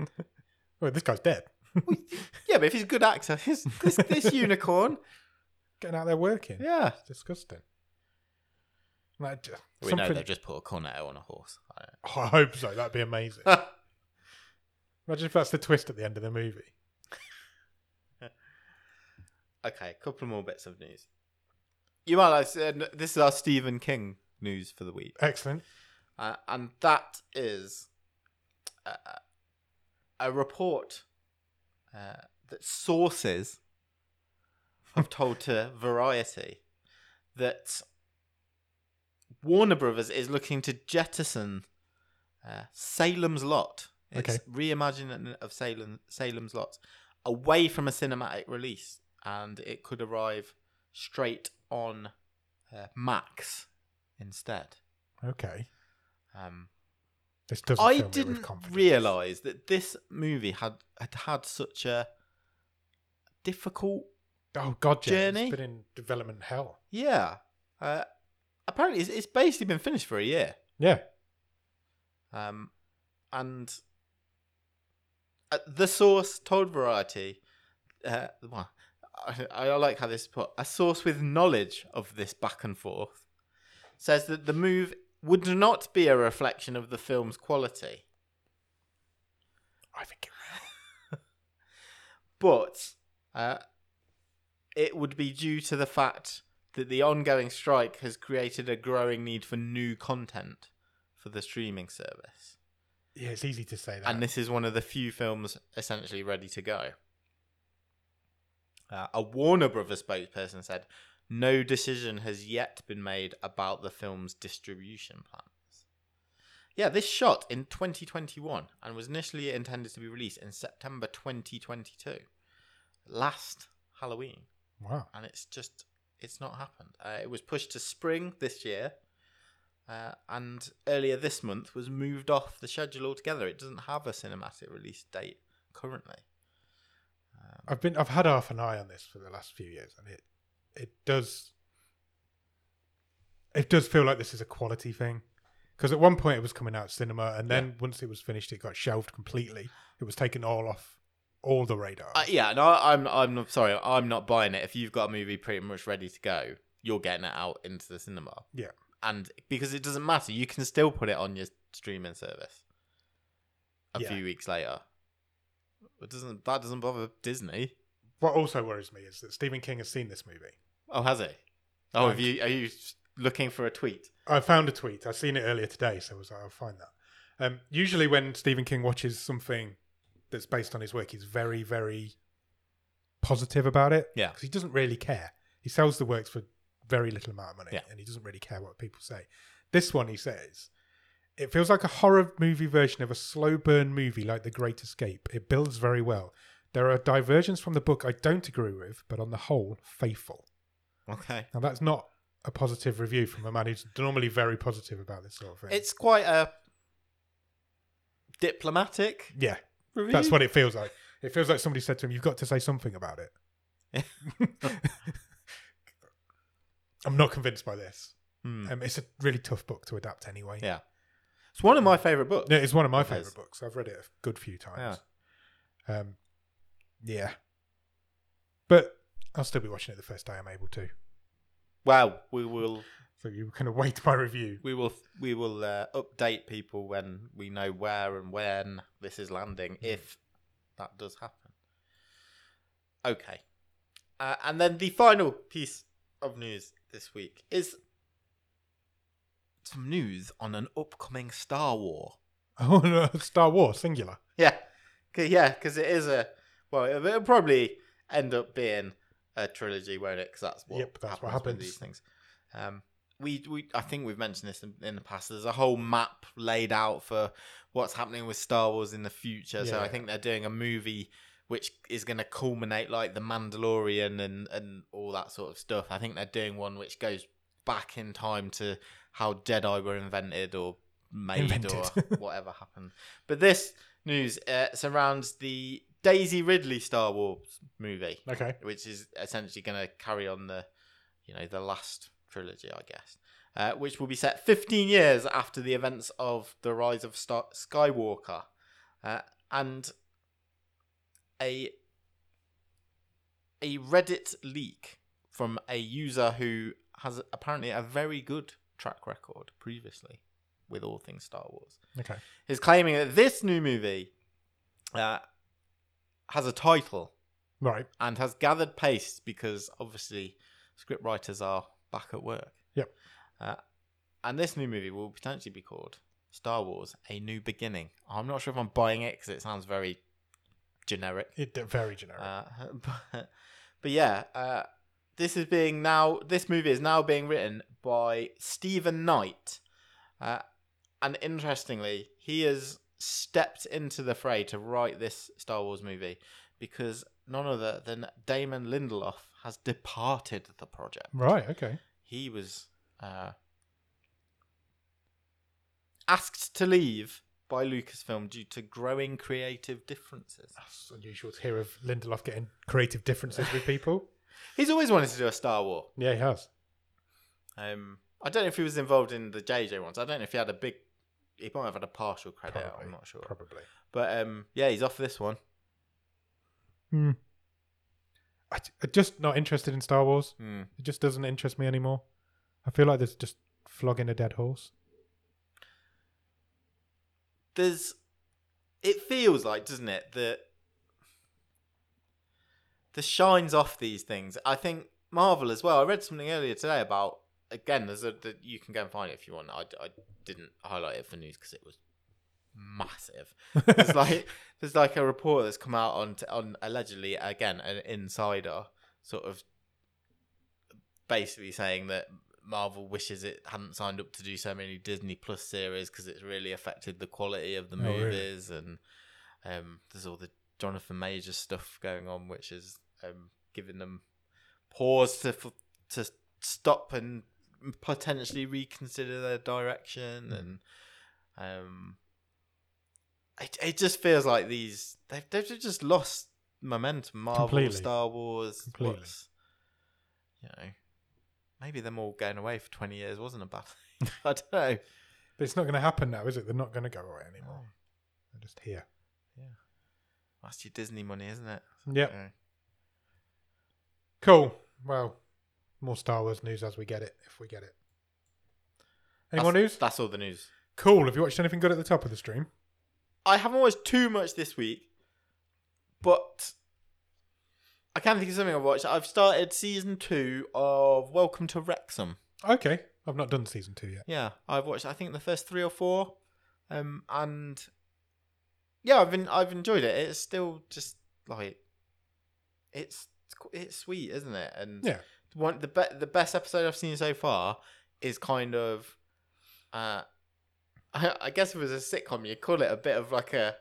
Well, this guy's dead.
Yeah, but if he's a good actor, his, this this unicorn.
Getting out there working.
Yeah,
It's disgusting. Like, j-
we know
something-
they've just put a cornetto on a horse. I don't
Oh, I hope so. That'd be amazing.
know.
Imagine if that's the twist at the end of the movie.
okay, a couple more bits of news. You might like uh, this is our Stephen King news for the week,
Excellent.
uh, and that is uh, a report uh, that sources have told to Variety that Warner Brothers is looking to jettison uh, Salem's Lot, its
Okay.
reimagining of Salem, Salem's Lot, away from a cinematic release, and it could arrive straight on uh, Max instead.
Okay.
Um,
This doesn't
I
fill me with
didn't
confidence.
realize that this movie had had had such a difficult.
Oh, God, yeah.
Journey?
It's been in development hell.
Yeah, uh, apparently it's, it's basically been finished for a year.
Yeah.
Um, and uh, the source told Variety, uh, well, I, I like how this is put. A source with knowledge of this back and forth says that the move would not be a reflection of the film's quality,
I think it
but uh, it would be due to the fact that the ongoing strike has created a growing need for new content for the streaming service.
Yeah, it's easy to say that.
and this is one of the few films essentially ready to go. Uh, a Warner Brothers spokesperson said, no decision has yet been made about the film's distribution plans. Yeah, this shot in 2021 and was initially intended to be released in September 2022, last Halloween,
Wow.
and it's just it's not happened. Uh, it was pushed to spring this year, uh, and earlier this month was moved off the schedule altogether. It doesn't have a cinematic release date currently.
I've been I've had half an eye on this for the last few years, and it it does it does feel like this is a quality thing because at one point it was coming out cinema, and then once it was finished, it got shelved completely. It was taken all off all the radar.
Uh, yeah, no, I'm I'm not sorry. I'm not buying it. If you've got a movie pretty much ready to go, you're getting it out into the cinema.
Yeah.
and because it doesn't matter, you can still put it on your streaming service a
Yeah.
few weeks later. It doesn't that doesn't bother Disney?
what also worries me is that Stephen King has seen this movie.
Oh, has he? Oh, have
Right.
you are you looking for a tweet?
I found a tweet. I seen it earlier today, so I was like, I'll find that. Um, usually, when Stephen King watches something that's based on his work, he's very, very positive about it.
Yeah.
because he doesn't really care. He sells the works for very little amount of money,
Yeah.
and he doesn't really care what people say. This one, he says, it feels like a horror movie version of a slow burn movie like The Great Escape. It builds very well. There are diversions from the book I don't agree with, but on the whole, faithful.
Okay,
Now that's not a positive review from a man who's normally very positive about this sort of thing.
it's quite a diplomatic.
yeah,
Review.
that's what it feels like. It feels like somebody said to him, "You've got to say something about it." I'm not convinced by this.
Hmm.
Um, it's a really tough book to adapt anyway.
Yeah, it's one of my favorite books.
Yeah, it's one of my
It is.
favorite books. I've read it a good few times. Yeah. Um, yeah, but I'll still be watching it the first day I'm able to.
Wow, we will
So you can await my review.
we will we will uh, update people when we know where and when this is landing if that does happen okay uh, and then the final piece of news this week is some news on an upcoming star war
Oh, no, Star Wars singular.
yeah 'Cause- yeah because it is a well it'll it'll probably end up being a trilogy won't it because that's what
Yep, that's what
with
happens.
these things um we, we I think we've mentioned this in, in the past. There's a whole map laid out for what's happening with Star Wars in the future. So I
Yeah.
think they're doing a movie which is going to culminate like the Mandalorian and and all that sort of stuff. I think they're doing one which goes back in time to how Jedi were invented or made or
Invented.
whatever happened. But this news uh, surrounds the Daisy Ridley Star Wars movie
Okay.
which is essentially going to carry on the, you know, the last trilogy, I guess, uh, which will be set 15 years after the events of the Rise of Star- Skywalker, uh, and a a Reddit leak from a user who has apparently a very good track record previously with all things Star Wars
Okay.
is claiming that this new movie uh, has a title
Right.
and has gathered pace because obviously script writers are back at work.
Yep.
Uh, and this new movie will potentially be called Star Wars: A New Beginning. I'm not sure if I'm buying it because it sounds very generic.
It very generic.
Uh, but, but yeah, uh, this is being now. This movie is now being written by Stephen Knight, uh, and interestingly, he has stepped into the fray to write this Star Wars movie because none other than Damon Lindelof has departed the project.
right. Okay.
He was uh, asked to leave by Lucasfilm due to growing creative differences.
That's unusual to hear of Lindelof getting creative differences with people.
He's always wanted to do a Star War.
Yeah, he has.
Um, I don't know if he was involved in the JJ ones. I don't know if he had a big. He might have had a partial credit.
Probably.
I'm not sure.
Probably.
But um, yeah, he's off this one.
Hmm. I, am just not interested in Star Wars.
Hmm.
It just doesn't interest me anymore. I feel like there's just flogging a dead horse.
There's. It feels like, doesn't it, that the shines off these things. I think Marvel as well. I read something earlier today about again. There's a that you can go and find it if you want. I, I didn't highlight it for news because it was massive. there's like there's like a report that's come out on on allegedly again an insider sort of basically saying that Marvel wishes it hadn't signed up to do so many Disney Plus series because it's really affected the quality of the
Oh, really?
movies, and um, there's all the Jonathan Major stuff going on, which is um, giving them pause to f- to stop and potentially reconsider their
Mm-hmm.
direction, and um, it it just feels like these they've they've just lost momentum. Marvel,
Completely.
Star Wars,
Completely.
what's- you know, maybe them all going away for twenty years wasn't a bad thing. I don't know.
But it's not going to happen now, is it? They're not going to go away anymore. They're just here.
That's your Disney money, isn't it?
Yep.
Yeah.
Cool. Well, more Star Wars news as we get it, if we get it. Any more
That's-
news?
That's all the news.
Cool. Have you watched anything good at the top of the stream?
I haven't watched too much this week, but I can think of something I've watched. I've started season two of Welcome to Wrexham.
Okay. I've not done season two yet.
Yeah, I've watched. I think the first three or four, um, and yeah, I've been I've enjoyed it. It's still just like it's it's sweet, isn't it? And
Yeah.
one the be- the best episode I've seen so far is kind of, uh, I, I guess if it was a sitcom, you'd call it a bit of like a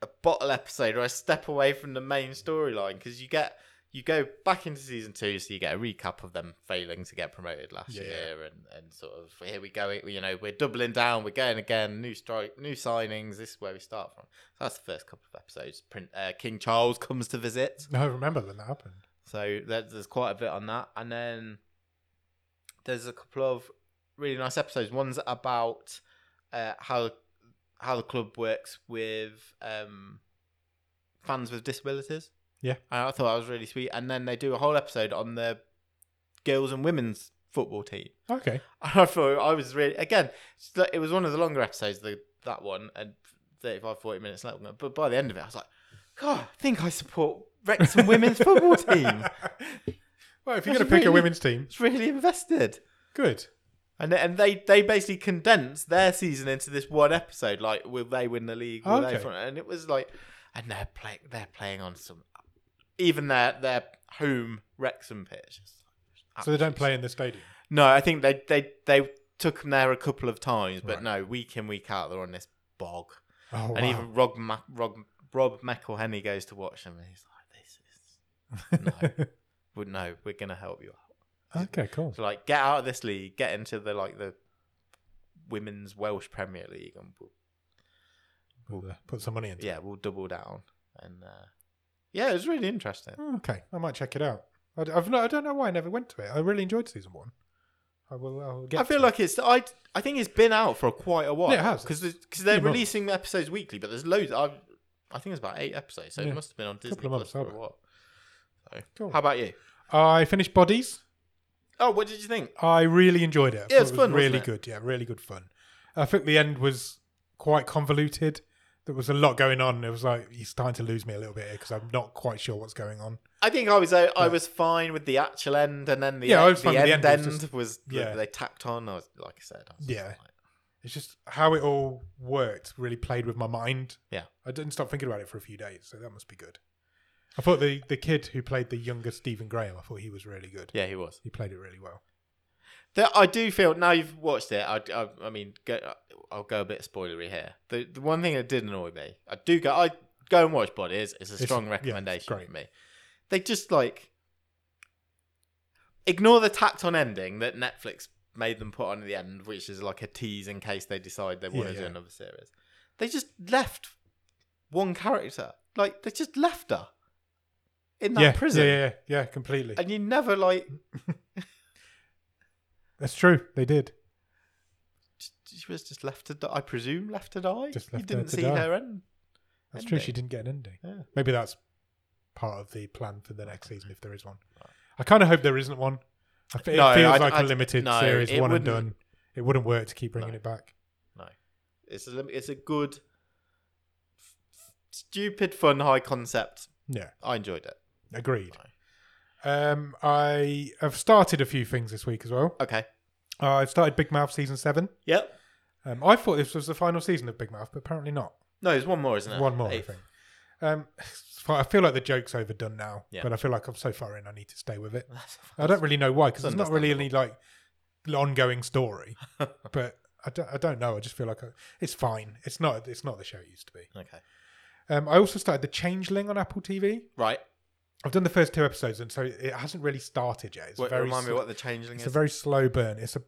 a bottle episode or a step away from the main storyline because you get you go back into season two, so you get a recap of them failing to get promoted last
Yeah.
year, and and sort of here we go, you know, we're doubling down, we're going again, new strike, new signings. This is where we start from. So that's the first couple of episodes. Print, uh, King Charles comes to visit.
No, I remember when that happened.
So there, there's quite a bit on that, and then there's a couple of really nice episodes. One's about uh, how how the club works with um, fans with disabilities.
Yeah.
and I thought that was really sweet. And then they do a whole episode on the girls and women's football team.
Okay.
And I thought I was really again. it's like- It was one of the longer episodes, the, that one, and 35, 40 minutes long. But by the end of it, I was like, God, I think I support Wrexham women's football team.
well, if you're going
That's
to pick a
really-
women's team,
It's really invested.
good.
And and they they basically condensed their season into this one episode. Like, will they win the league? Will they
Okay.
front? And it was like, and they're playing they're playing on some even their their home Wrexham pitch.
So they don't play in the stadium.
No, I think they they they took them there a couple of times, but
Right.
no, week in week out they're on this bog.
Oh, wow.
And even Rob Ma- Rob Rob McElhenney goes to watch them, and he's like, "This is no, we- no, we're gonna help you out."
okay, cool.
So like, get out of this league, get into the like the women's Welsh Premier League, and we'll,
We'll uh, put some money into
yeah, we'll double down. And uh, yeah, it was really interesting.
it. Oh, Okay, I might check it out. I, have not, I don't know why I never went to it. I really enjoyed season one. I will. I will get.
I feel
to it.
like it's I I think it's been out for quite a while.
Yeah, it has.
because they're
Few months.
releasing episodes weekly, but there's loads. I I think it's about eight episodes, so
Yeah.
it must have been on Disney
Couple of months,
Plus for
I
a
bet.
while. So,
Cool.
How about you?
I finished Bodies.
Oh, what did you think?
I really enjoyed it. I
Yeah,
thought
it's
it was
fun, wasn't
Really
it?
good. Yeah, really good fun. I think the end was quite convoluted. There was a lot going on. It was like he's starting to lose me a little bit here because I'm not quite sure what's going on.
I think I was I, I was fine with the actual end, and then the e,
Yeah, I was
the
fine with the
end
end, it was
end
just-
was
yeah.
they tacked on. I was like I said, I was just
Yeah.
like-
It's just how it all worked really played with my mind.
Yeah.
I didn't stop thinking about it for a few days, so that must be good. I thought the the kid who played the younger Stephen Graham, I thought he was really good.
yeah, he was.
He played it really well.
There, I do feel now you've watched it. I, I, I mean, go, I'll go a bit spoilery here. The, the one thing that did annoy me, I do go, I go and watch Bodies. It's a
It's-
strong
yeah, it's
recommendation
great.
for me. They just like ignore the tacked on ending that Netflix made them put on at the end, which is like a tease in case they decide they
Yeah,
want to do
yeah.
another series. They just left one character, like they just left her in that
yeah,
prison,
Yeah, yeah, yeah, yeah, completely.
and you never like
That's true. They did.
she was just left to die. I presume left to die.
Just
you
left her
didn't
to
see
die.
her end.
That's true.
ending.
She didn't get an ending.
Yeah.
Maybe that's part of the plan for the next season if there is one. I kind of hope there isn't one. I fe- It
No,
feels
I-
like a
I-
limited
no,
series,
it
one and
wouldn't.
done. It wouldn't work to keep bringing
No.
it back.
No, it's a lim- it's a good, f- f- stupid, fun, high concept.
Yeah,
I enjoyed it.
agreed. Um, I have started a few things this week as well.
Okay.
Uh, I've started Big Mouth season seven.
Yep.
Um, I thought this was the final season of Big Mouth, but apparently not.
No, there's one more, isn't there?
One more, I
Eighth.
think. Um, I feel like the joke's overdone now,
Yeah.
but I feel like I'm so far in, I need to stay with it.
That's-
I don't really know why because
It's
there's not really any like ongoing story. but I don't, I don't know. I just feel like I, it's fine. It's not. It's not the show it used to be.
Okay.
Um, I also started The Changeling on Apple TV.
Right.
I've done the first two episodes, and so it hasn't really started yet. It's
Wait,
very
remind me
sl-
what the changeling
it's
is.
a very slow burn. It's a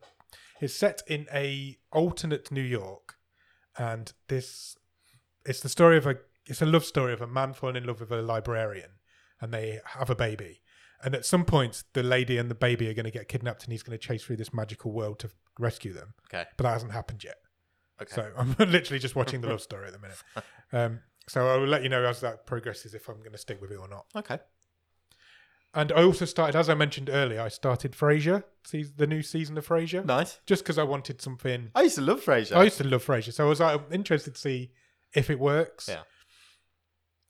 it's set in a alternate New York, and this it's the story of a it's a love story of a man falling in love with a librarian, and they have a baby. And at some point, the lady and the baby are going to get kidnapped, and he's going to chase through this magical world to rescue them.
okay.
But that hasn't happened yet.
Okay.
So I'm literally just watching the love story at the minute. Um, so I will let you know as that progresses if I'm going to stick with it or not.
okay.
And I also started, as I mentioned earlier, I started Frasier, seas- the new season of Frasier,
Nice.
just because I wanted something.
I used to love Frasier.
I used to love Frasier, so I was like, interested to see if it works.
Yeah.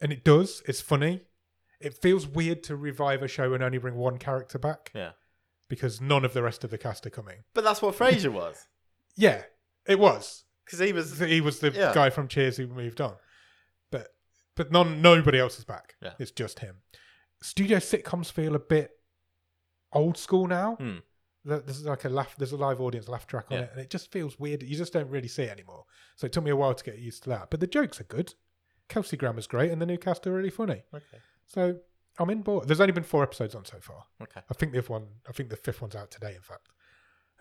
And it does. It's funny. It feels weird to revive a show and only bring one character back
yeah.
because none of the rest of the cast are coming.
But that's what Frasier was.
Yeah, it was.
Because he was.
he was the
Yeah.
guy from Cheers who moved on, but but none nobody else is back.
Yeah.
It's just him. Studio sitcoms feel a bit old school now.
Hmm.
There- There's like a laugh. There's a live audience laugh track on
Yeah.
it, and it just feels weird. You just don't really see it anymore. So it took me a while to get used to that. But the jokes are good. Kelsey Grammer's great, and the new cast are really funny.
Okay.
So I'm in board. There's only been four episodes on so far.
Okay.
I think they've won. I think the fifth one's out today, in fact.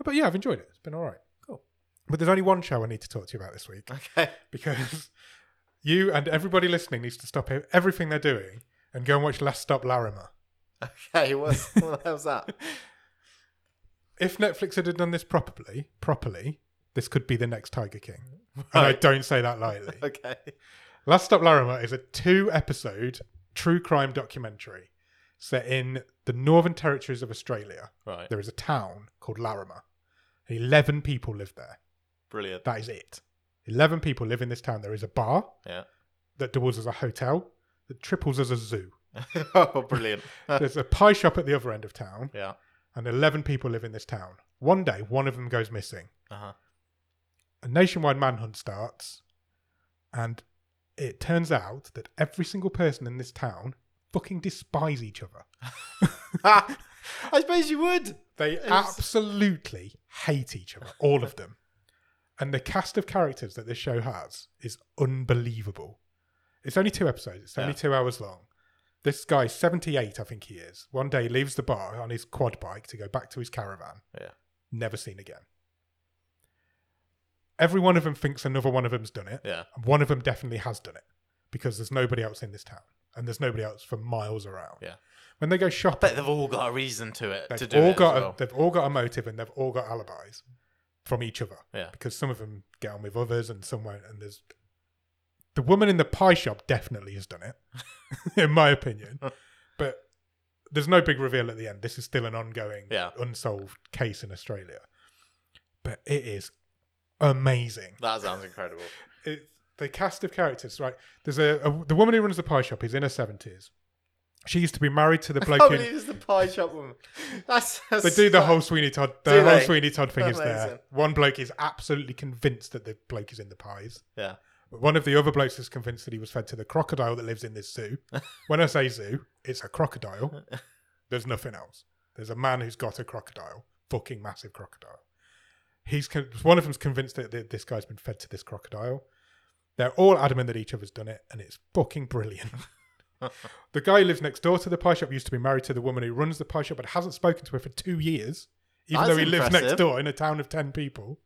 But yeah, I've enjoyed it. It's been all right.
Cool.
But there's only one show I need to talk to you about this week
Okay.
because you and everybody listening needs to stop e- everything they're doing and go and watch Last Stop Larimer.
Okay. What's, what the hell's that?
If Netflix had done this properly, properly, this could be the next Tiger King. And I
Right.
don't say that lightly.
Okay.
Last Stop Larimer is a two episode true crime documentary set in the Northern Territories of Australia.
Right.
There is a town called Larimer. 11 people live there.
Brilliant.
That is it. 11 people live in this town. There is a bar
Yeah.
that doubles as a hotel, that triples as a zoo.
oh, brilliant.
There's a pie shop at the other end of town,
yeah.
and 11 people live in this town. One day, one of them goes missing.
Uh huh.
A nationwide manhunt starts, and it turns out that every single person in this town fucking despise each other.
I suppose you would.
They
It's-
absolutely hate each other, all of them. And the cast of characters that this show has is unbelievable. It's only two episodes, it's only
Yeah.
two hours long. This guy, 78, I think he is, one day leaves the bar on his quad bike to go back to his caravan.
Yeah.
Never seen again. Every one of them thinks another one of them's done it.
Yeah.
And one of them definitely has done it because there's nobody else in this town and there's nobody else for miles around.
Yeah.
When they go shopping,
Bet they've all got a reason to it. to
They've
do
all
it
got
as
a,
well.
they've all got a motive and they've all got alibis from each other.
Yeah.
Because some of them get on with others and some won't. And there's the woman in the pie shop definitely has done it, in my opinion. but there's no big reveal at the end. This is still an ongoing,
Yeah.
unsolved case in Australia. But it is amazing.
That sounds incredible.
It, the cast of characters, right? There's a, a the woman who runs the pie shop is in her seventies. She used to be married to the bloke.
How
who-
many is the pie shop woman? That's, that's
they do the whole Sweeney Todd.
Do
The whole
they?
Sweeney Todd thing is
Amazing.
there. One bloke is absolutely convinced that the bloke is in the pies.
Yeah.
But one of the other blokes is convinced that he was fed to the crocodile that lives in this zoo. when I say zoo, it's a crocodile. There's nothing else. There's a man who's got a crocodile, fucking massive crocodile. He's con- one of them's convinced that th- this guy's been fed to this crocodile. They're all adamant that each other's done it, and it's fucking brilliant. the guy who lives next door to the pie shop used to be married to the woman who runs the pie shop, but hasn't spoken to her for two years, even
That's
though he lives next
impressive.
door in a town of ten people.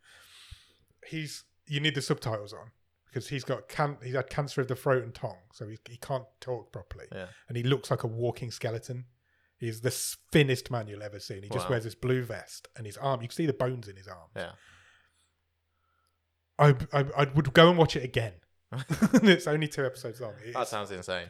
He's you need the subtitles on because he's got can- he's had cancer of the throat and tongue, so he, he can't talk properly,
Yeah.
and he looks like a walking skeleton. He's the thinnest man you'll ever see. And he just
Wow.
wears this blue vest and his arm. You can see the bones in his arm.
Yeah.
I, I I would go and watch it again. it's only two episodes long. It
That
is-
sounds insane.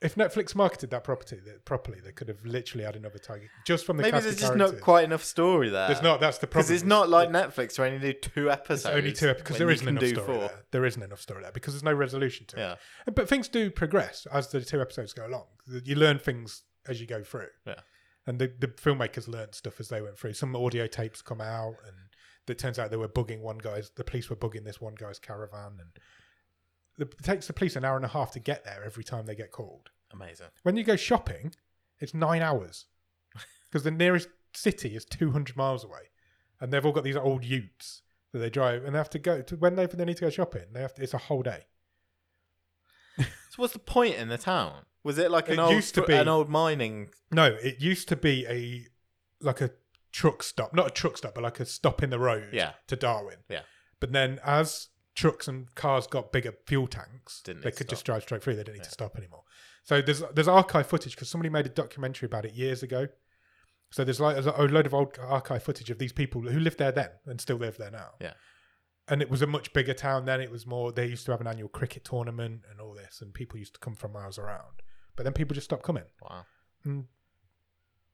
if Netflix marketed that property that properly, they could have literally had another Tiger just from the
Maybe
cast
there's
of
just
characters.
not quite enough story there.
There's not. That's the problem.
Because it's not like Netflix to only do two episodes.
It's only two episodes because
when
there
you
isn't
can
enough
do
story
four.
there. There isn't enough story there because there's no resolution to
Yeah.
it. But things do progress as the two episodes go along. You learn things as you go through.
Yeah.
And the, the filmmakers learned stuff as they went through. Some audio tapes come out, and it turns out they were bugging one guy's. The police were bugging this one guy's caravan, and the, it takes the police an hour and a half to get there every time they get called.
Amazing.
When you go shopping, it's nine hours because the nearest city is 200 miles away, and they've all got these old Utes that they drive, and they have to go to when they they need to go shopping. They have to, it's a whole day.
So what's the point in the town? Was it like an
It
old
used to be-
an old mining?
No, it used to be a like a truck stop, not a truck stop, but like a stop in the road
Yeah.
to Darwin.
Yeah.
But then as trucks and cars got bigger fuel tanks,
Didn't
they
need to
could just
stop.
drive straight through. They didn't need
Yeah.
to stop anymore. So there's there's archive footage because somebody made a documentary about it years ago. So there's like there's a load of old archive footage of these people who lived there then and still live there now.
Yeah.
And it was a much bigger town then. It was more they used to have an annual cricket tournament and all this, and people used to come from miles around. But then people just stopped coming.
Wow.
Mm.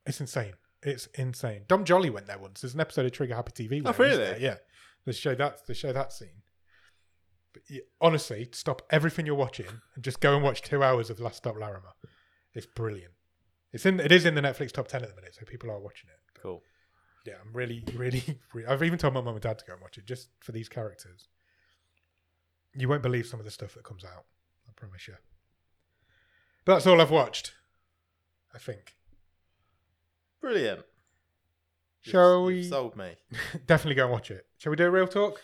It's insane. It's insane. Dom Jolly went there once. There's an episode of Trigger Happy TV. where
Oh,
he was
really?
there, Yeah. They show that. They show that scene. But yeah, honestly, stop everything you're watching and just go and watch two hours of Last Stop Larimer. It's brilliant. It's in. It is in the Netflix top ten at the minute, so people are watching it. But
Cool.
yeah, I'm really, really, really. I've even told my mum and dad to go and watch it just for these characters. You won't believe some of the stuff that comes out. I promise you. But that's all I've watched. I think.
Brilliant. You've-
Shall
you've
we?
sold me?
Definitely go and watch it. Shall we do a real talk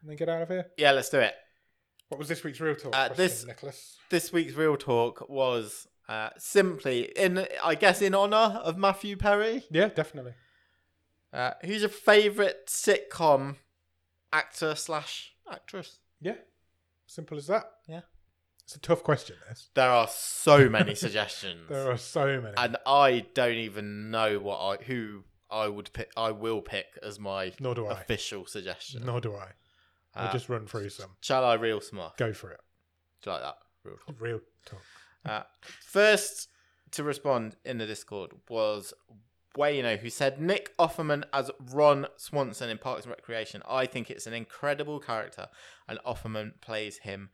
and then get out of here?
Yeah, let's do it.
What was this week's real talk?
Uh,
question,
this-
Nicholas.
This week's real talk was uh, simply in, I guess, in honor of Matthew Perry.
Yeah, definitely.
Uh, who's your favourite sitcom actor slash actress?
Yeah, simple as that.
Yeah.
it's a tough question. This
There are so many suggestions,
there are so many.
and I don't even know what I who I would pick. I will pick as my
Nor do I.
official suggestion.
Nor do I. I'll
Uh,
just run through some.
Shall I reel some off?
Go for it.
Do you like that? Real talk.
Real talk.
Uh, first to respond in the Discord was Wayno, who said Nick Offerman as Ron Swanson in Parks and Recreation. I think it's an incredible character, and Offerman plays him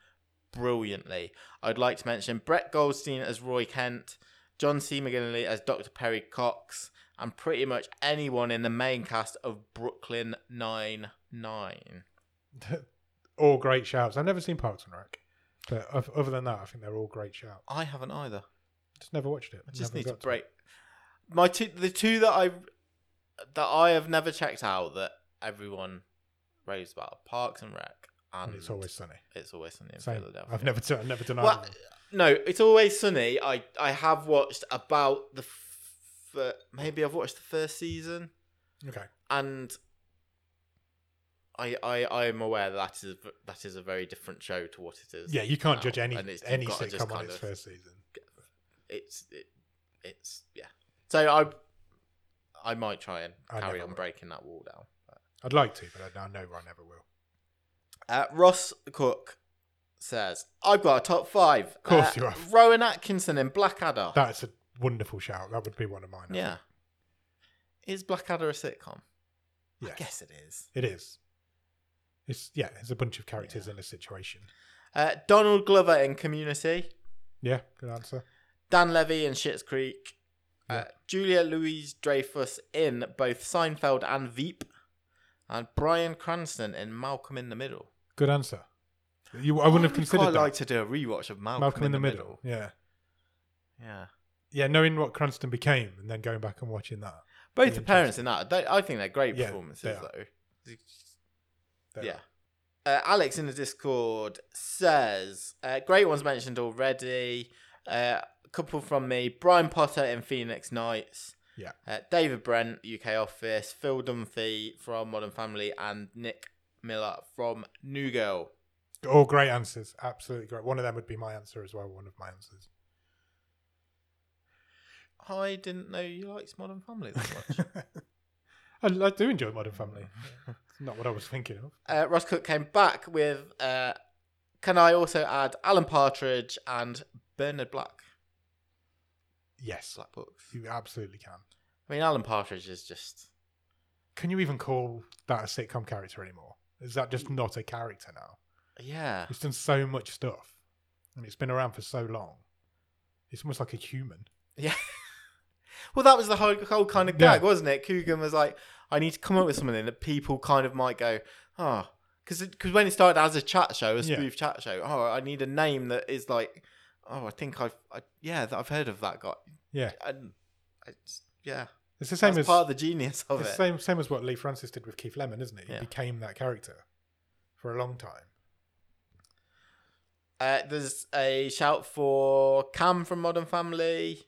brilliantly. I'd like to mention Brett Goldstein as Roy Kent, John C. McGinley as Dr. Perry Cox, and pretty much anyone in the main cast of Brooklyn Nine Nine.
all great shouts. I've never seen Parks and Rec, but o- other than that, I think they're all great shouts.
I haven't either.
Just never watched it.
I just
Never
need to
got
break my two. The two that I that I have never checked out that everyone raves about Parks and Rec,
it.
and
And it's always sunny.
it's always sunny in
Same.
Philadelphia.
I've never, t- I've never denied
Well,
it.
no, it's always sunny. I I have watched about the f- maybe I've watched the first season,
Okay.
and I I I am aware that that is a, that is a very different show to what it is.
Yeah, you can't
now,
judge any
and it's- you've
any
gotta just
sitcom on
kind
its
of-
first season.
it's it, it's yeah. So I I might try and
I
carry
never
on
will.
breaking that wall down.
I'd like to, but I, I know I never will.
Uh, Ross Cook says, "I've got a top five. Of
course you have.
Rowan Atkinson in Blackadder.
That's a wonderful shout. That would be one of mine. I think.
yeah. Is Blackadder a sitcom? I
Yes.
guess it is.
It is. It's yeah. It's a bunch of characters in a situation.
Uh, Donald Glover in Community.
Yeah. Good answer.
Dan Levy in Schitt's Creek. Uh,
Yeah.
Julia Louise Dreyfus in both Seinfeld and Veep. And Brian Cranston in Malcolm in the Middle.
Good answer. You, I wouldn't have
would
considered
quite
that.
like to do a rewatch of Malcolm,
Malcolm, in the, middle. Yeah.
Yeah,
Yeah. Knowing what Cranston became and then going back and watching that.
both
Be
the parents in that. They, I think they're great
Yeah,
performances
they are.
though.
There.
yeah. Uh, Alex in the Discord says, uh, "Great ones mentioned already. Uh, a couple from me: Brian Potter in Phoenix Nights.
Yeah.
Uh, David Brent, UK Office. Phil Dunphy from Modern Family, and Nick Miller from New Girl.
All great answers. Absolutely great. One of them would be my answer as well. One of my answers.
I didn't know you liked Modern Family that much."
I, I do enjoy Modern Family.
Mm.
It's not what I was thinking of.
uh, Ross Cook came back with, uh, can I also add Alan Partridge and Bernard Black?
Yes,
Black Books.
you absolutely can.
I mean, Alan Partridge is just.
Can you even call that a sitcom character anymore? Is that just not a character now?
Yeah.
It's done so much stuff, and it's been around for so long. It's almost like a human.
Yeah. well, that was the whole, whole kind of
Yeah.
gag, wasn't it? Coogan was like, I need to come up with something that people kind of might go, oh, because when it started as a chat show, a
Yeah.
spoof chat show, oh, I need a name that is like, oh, I think I've, I, yeah, that I've heard of that guy.
Yeah.
And it's, yeah,
It's the same
that's
as
part of the genius of
it's
it.
the same same as what Lee Francis did with Keith Lemon, isn't it? He
Yeah.
became that character for a long time.
Uh, there's a shout for Cam from Modern Family.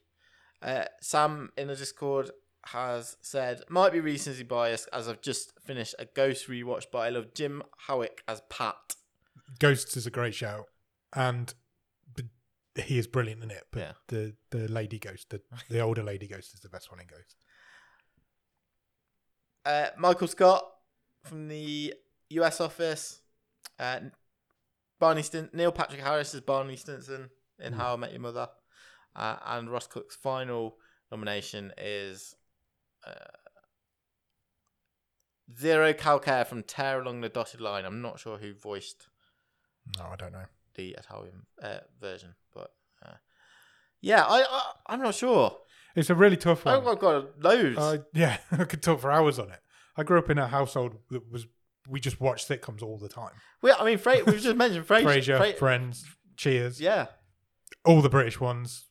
Uh, Sam in the Discord has said, might be recency bias as I've just finished a ghost rewatch, but I love Jim Howick as Pat.
Ghosts is a great shout, and b- he is brilliant in it. But
Yeah.
the the lady ghost, the, the older lady ghost, is the best one in Ghost.
Uh, Michael Scott from the US office. Uh, Barney Stin- Neil Patrick Harris is Barney Stinson in How I Met Your Mother. Uh, and Ross Cook's final nomination is uh, Zero Calcare from Tear Along the Dotted Line. I'm not sure who voiced
No, I don't know.
the Italian uh, version, but uh, yeah, I, I I'm not sure.
It's a really tough one.
I've got- I've got loads.
Uh, yeah, I could talk for hours on it. I grew up in a household that was we just watched sitcoms all the time.
we, I mean, Fra- we've just mentioned Frasier.
Frasier,
Fra-
Friends, Cheers,
yeah.
all the British ones.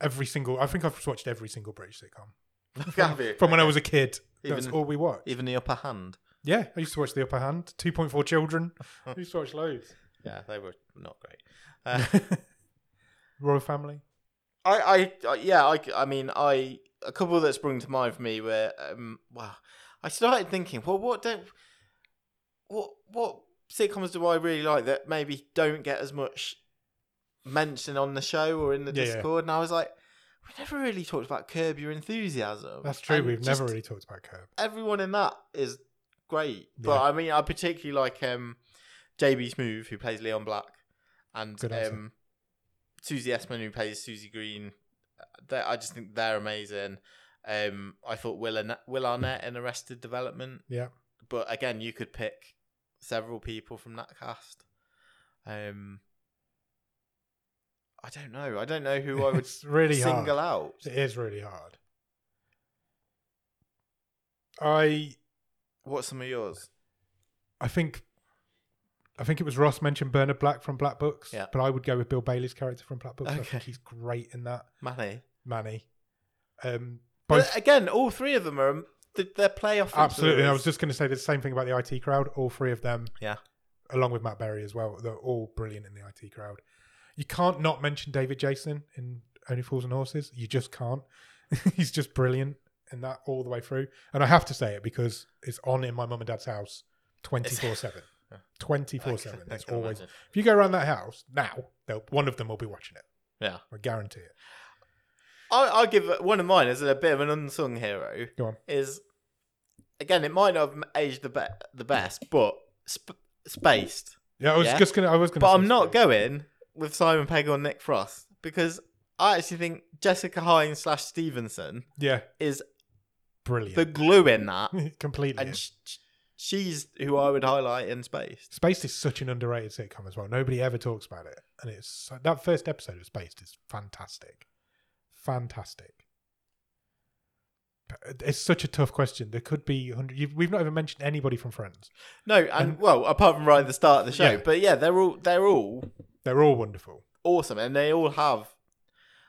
Every single, I think I've watched every single British sitcom
Have you?
from when I was a kid. That's
Even- e-,
all we watched.
Even the upper hand.
Yeah, I used to watch The Upper Hand, Two Point Four Children. I used to watch loads.
Yeah, they were not great. Uh,
Royal Family.
I, I, I, yeah, I, c- I mean, I a couple that sprung to mind for me were, um, wow, I started thinking, well, what don't, what, what sitcoms do I really like that maybe don't get as much mention on the show or in the
Yeah, yeah.
Discord? And I was like, we never really talked about Curb Your Enthusiasm.
That's true.
And
We've
just
never really talked about Curb.
everyone in that is great. But
Yeah.
I mean, I particularly like um, JB Smoove, who plays Leon Black, and
Good answer.
um, Susie Essman, who plays Susie Green. Uh, they- I just think they're amazing. Um, I thought Will Arnett, Will Arnett in Arrested Development,
Yeah,
but again, you could pick several people from that cast. Um, I don't know. I don't know who I would
it's really hard.
single out.
It is really hard. I
What's some of yours?
I think I think it was Ross mentioned Bernard Black from Black Books,
Yeah.
but I would go with Bill Bailey's character from Black Books. I
Okay.
think he's great in that,
Manny.
Manny. Um, both
But again, all three of them are um, th- they're playoff.
absolutely. I
influencers.
was just going to say the same thing about the IT crowd. All three of them,
Yeah.
along with Matt Berry as well. They're all brilliant in the IT crowd. You can't not mention David Jason in Only Fools and Horses. You just can't. he's just brilliant in that all the way through. And I have to say it because it's on in my mum and dad's house twenty four seven.
Yeah. oh,
Twenty
I
four
can-
seven.
I
It's
can
always
imagine.
If you go around that house now, they'll, one of them will be watching it.
Yeah,
I guarantee it.
I, I'll give it- one of mine as a bit of an unsung hero.
Go on.
Is again, it might not have aged the be- the best, but sp- spaced.
Yeah, I was
Yeah.
just gonna. I was gonna.
But
say
I'm not
Scrooge.
going with Simon Pegg or Nick Frost because I actually think Jessica Hines slash Stevenson
Yeah,
is
brilliant.
the glue in that,
Completely.
and sh- sh- she's who I would highlight in Spaced.
Spaced is such an underrated sitcom as well. Nobody ever talks about it, and it's so- that first episode of Spaced is fantastic, fantastic. But It's such a tough question. There could be hundred. You've, we've not even mentioned anybody from Friends.
No, and,
And-
well, apart from right at the start of the show,
Yeah.
but yeah, they're all they're all
They're all wonderful.
awesome, and they all have.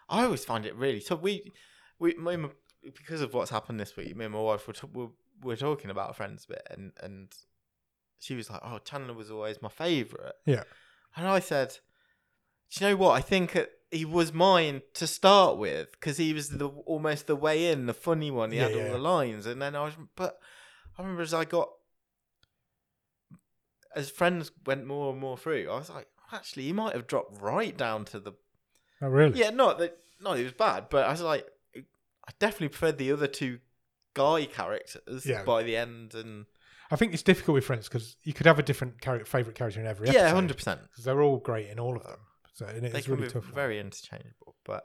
I always find it really tough. We, we, me and my, because of what's happened this week, me and my wife were, t- were, were talking about friends a bit, and and she was like, "Oh, Chandler was always my favorite."
Yeah.
and I said, "Do you know what? I think uh, he was mine to start with because he was the almost the way in, the funny one. He
Yeah,
had
yeah.
all the lines, and then I was, but I remember as I got as friends went more and more through, I was like." Actually, he might have dropped right down to the
Oh, really?
yeah, not that not it was bad, but I was like, I definitely preferred the other two guy characters
Yeah.
by the end, and
I think it's difficult with Friends because you could have a different character, favorite character in every episode.
yeah, hundred percent.
Because they're all great in all of them. So and
They
it's
can
really
be
tough. one.
very interchangeable, but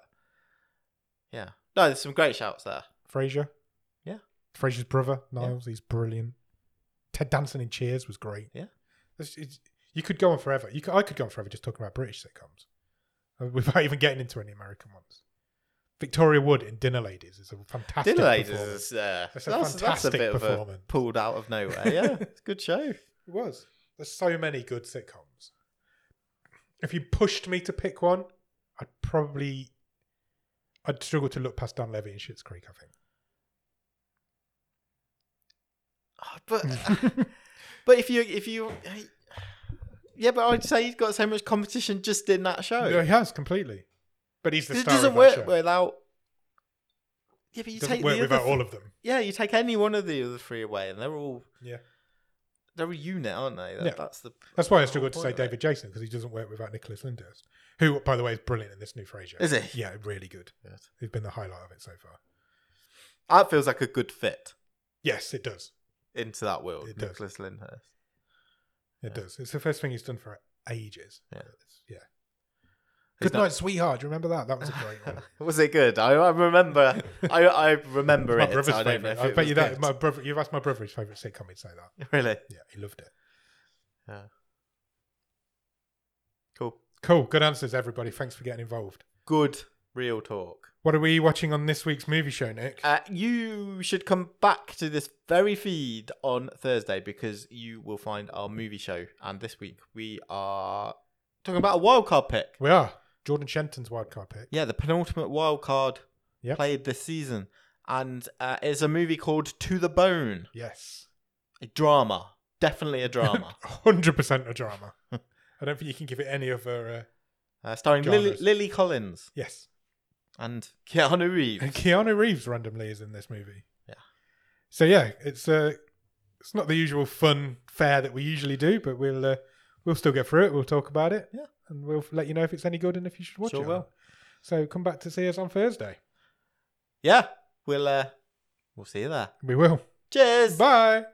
yeah, no, there's some great shouts there.
Frasier.
Yeah.
Frasier's brother, Niles, he's brilliant. Ted Danson in Cheers was great.
Yeah.
It's- it's- you could go on forever. You could, I could go on forever just talking about British sitcoms uh, without even getting into any American ones. Victoria Wood in Dinner Ladies is a fantastic
Dinner Ladies
performance.
is uh,
That's
that's,
a
that's a
fantastic
bit of a
performance.
pulled out of nowhere. Yeah, it's a good show.
It was. There's so many good sitcoms. If you pushed me to pick one, I'd probably I'd struggle to look past Don Levy and Schitt's Creek. I think.
Oh, but but if you if you yeah, but I'd say he's got so much competition just in that show.
No, he has completely, Oh. but he's the
it
star.
doesn't
of that
work
show.
without. Yeah, but you
It doesn't
take
work
the
without
other
all of them.
Yeah, you take any one of the other three away, and they're all
Yeah,
they're a unit, aren't they? That,
Yeah.
That's the Oh,
that's why I
whole
struggle to
point
say
of it.
David Jason because he doesn't work without Nicholas Lyndhurst, who, by the way, is brilliant in this new Frasier.
Is he?
Yeah, really good.
Yes.
It's been the highlight of it so far.
That feels like a good fit
Yes, it does.
into that world.
It does.
Nicholas Lyndhurst.
It
Yeah.
does. It's the first thing he's done for ages.
Yeah.
It's- yeah.
He's
Good
not-
night, sweetheart. Do you remember that? That was a great one.
Was it good? I, I remember. I I remember
my
it.
brother's
so I don't know
favorite. I
if it
bet
was
you that
good.
my brother. You've asked my brother his favorite sitcom. He'd say that.
Really
Yeah, he loved it.
cool.
Cool. Good answers, everybody. Thanks for getting involved.
Good real talk.
What are we watching on this week's movie show, Nick?
Uh, you should come back to this very feed on Thursday because you will find our movie show. And this week we are talking about a wildcard pick.
we are Jordan Shenton's wildcard pick.
Yeah, the penultimate wildcard
Yep.
played this season. And uh, it's a movie called To the Bone,
Yes,
a drama. Definitely a drama.
hundred percent a drama. I don't think you can give it any other. Uh,
uh, starring Lily,
Genres.
Lily Collins
yes,
and Keanu Reeves.
and Keanu Reeves randomly is in this movie.
Yeah.
So yeah, it's uh, it's not the usual fun fair that we usually do, but we'll uh, we'll still get through it. We'll talk about it.
Yeah.
and we'll let you know if it's any good and if you should watch
Sure
it. or
will.
not. So come back to see us on Thursday.
Yeah, we'll uh, we'll see you there.
We will.
Cheers.
Bye.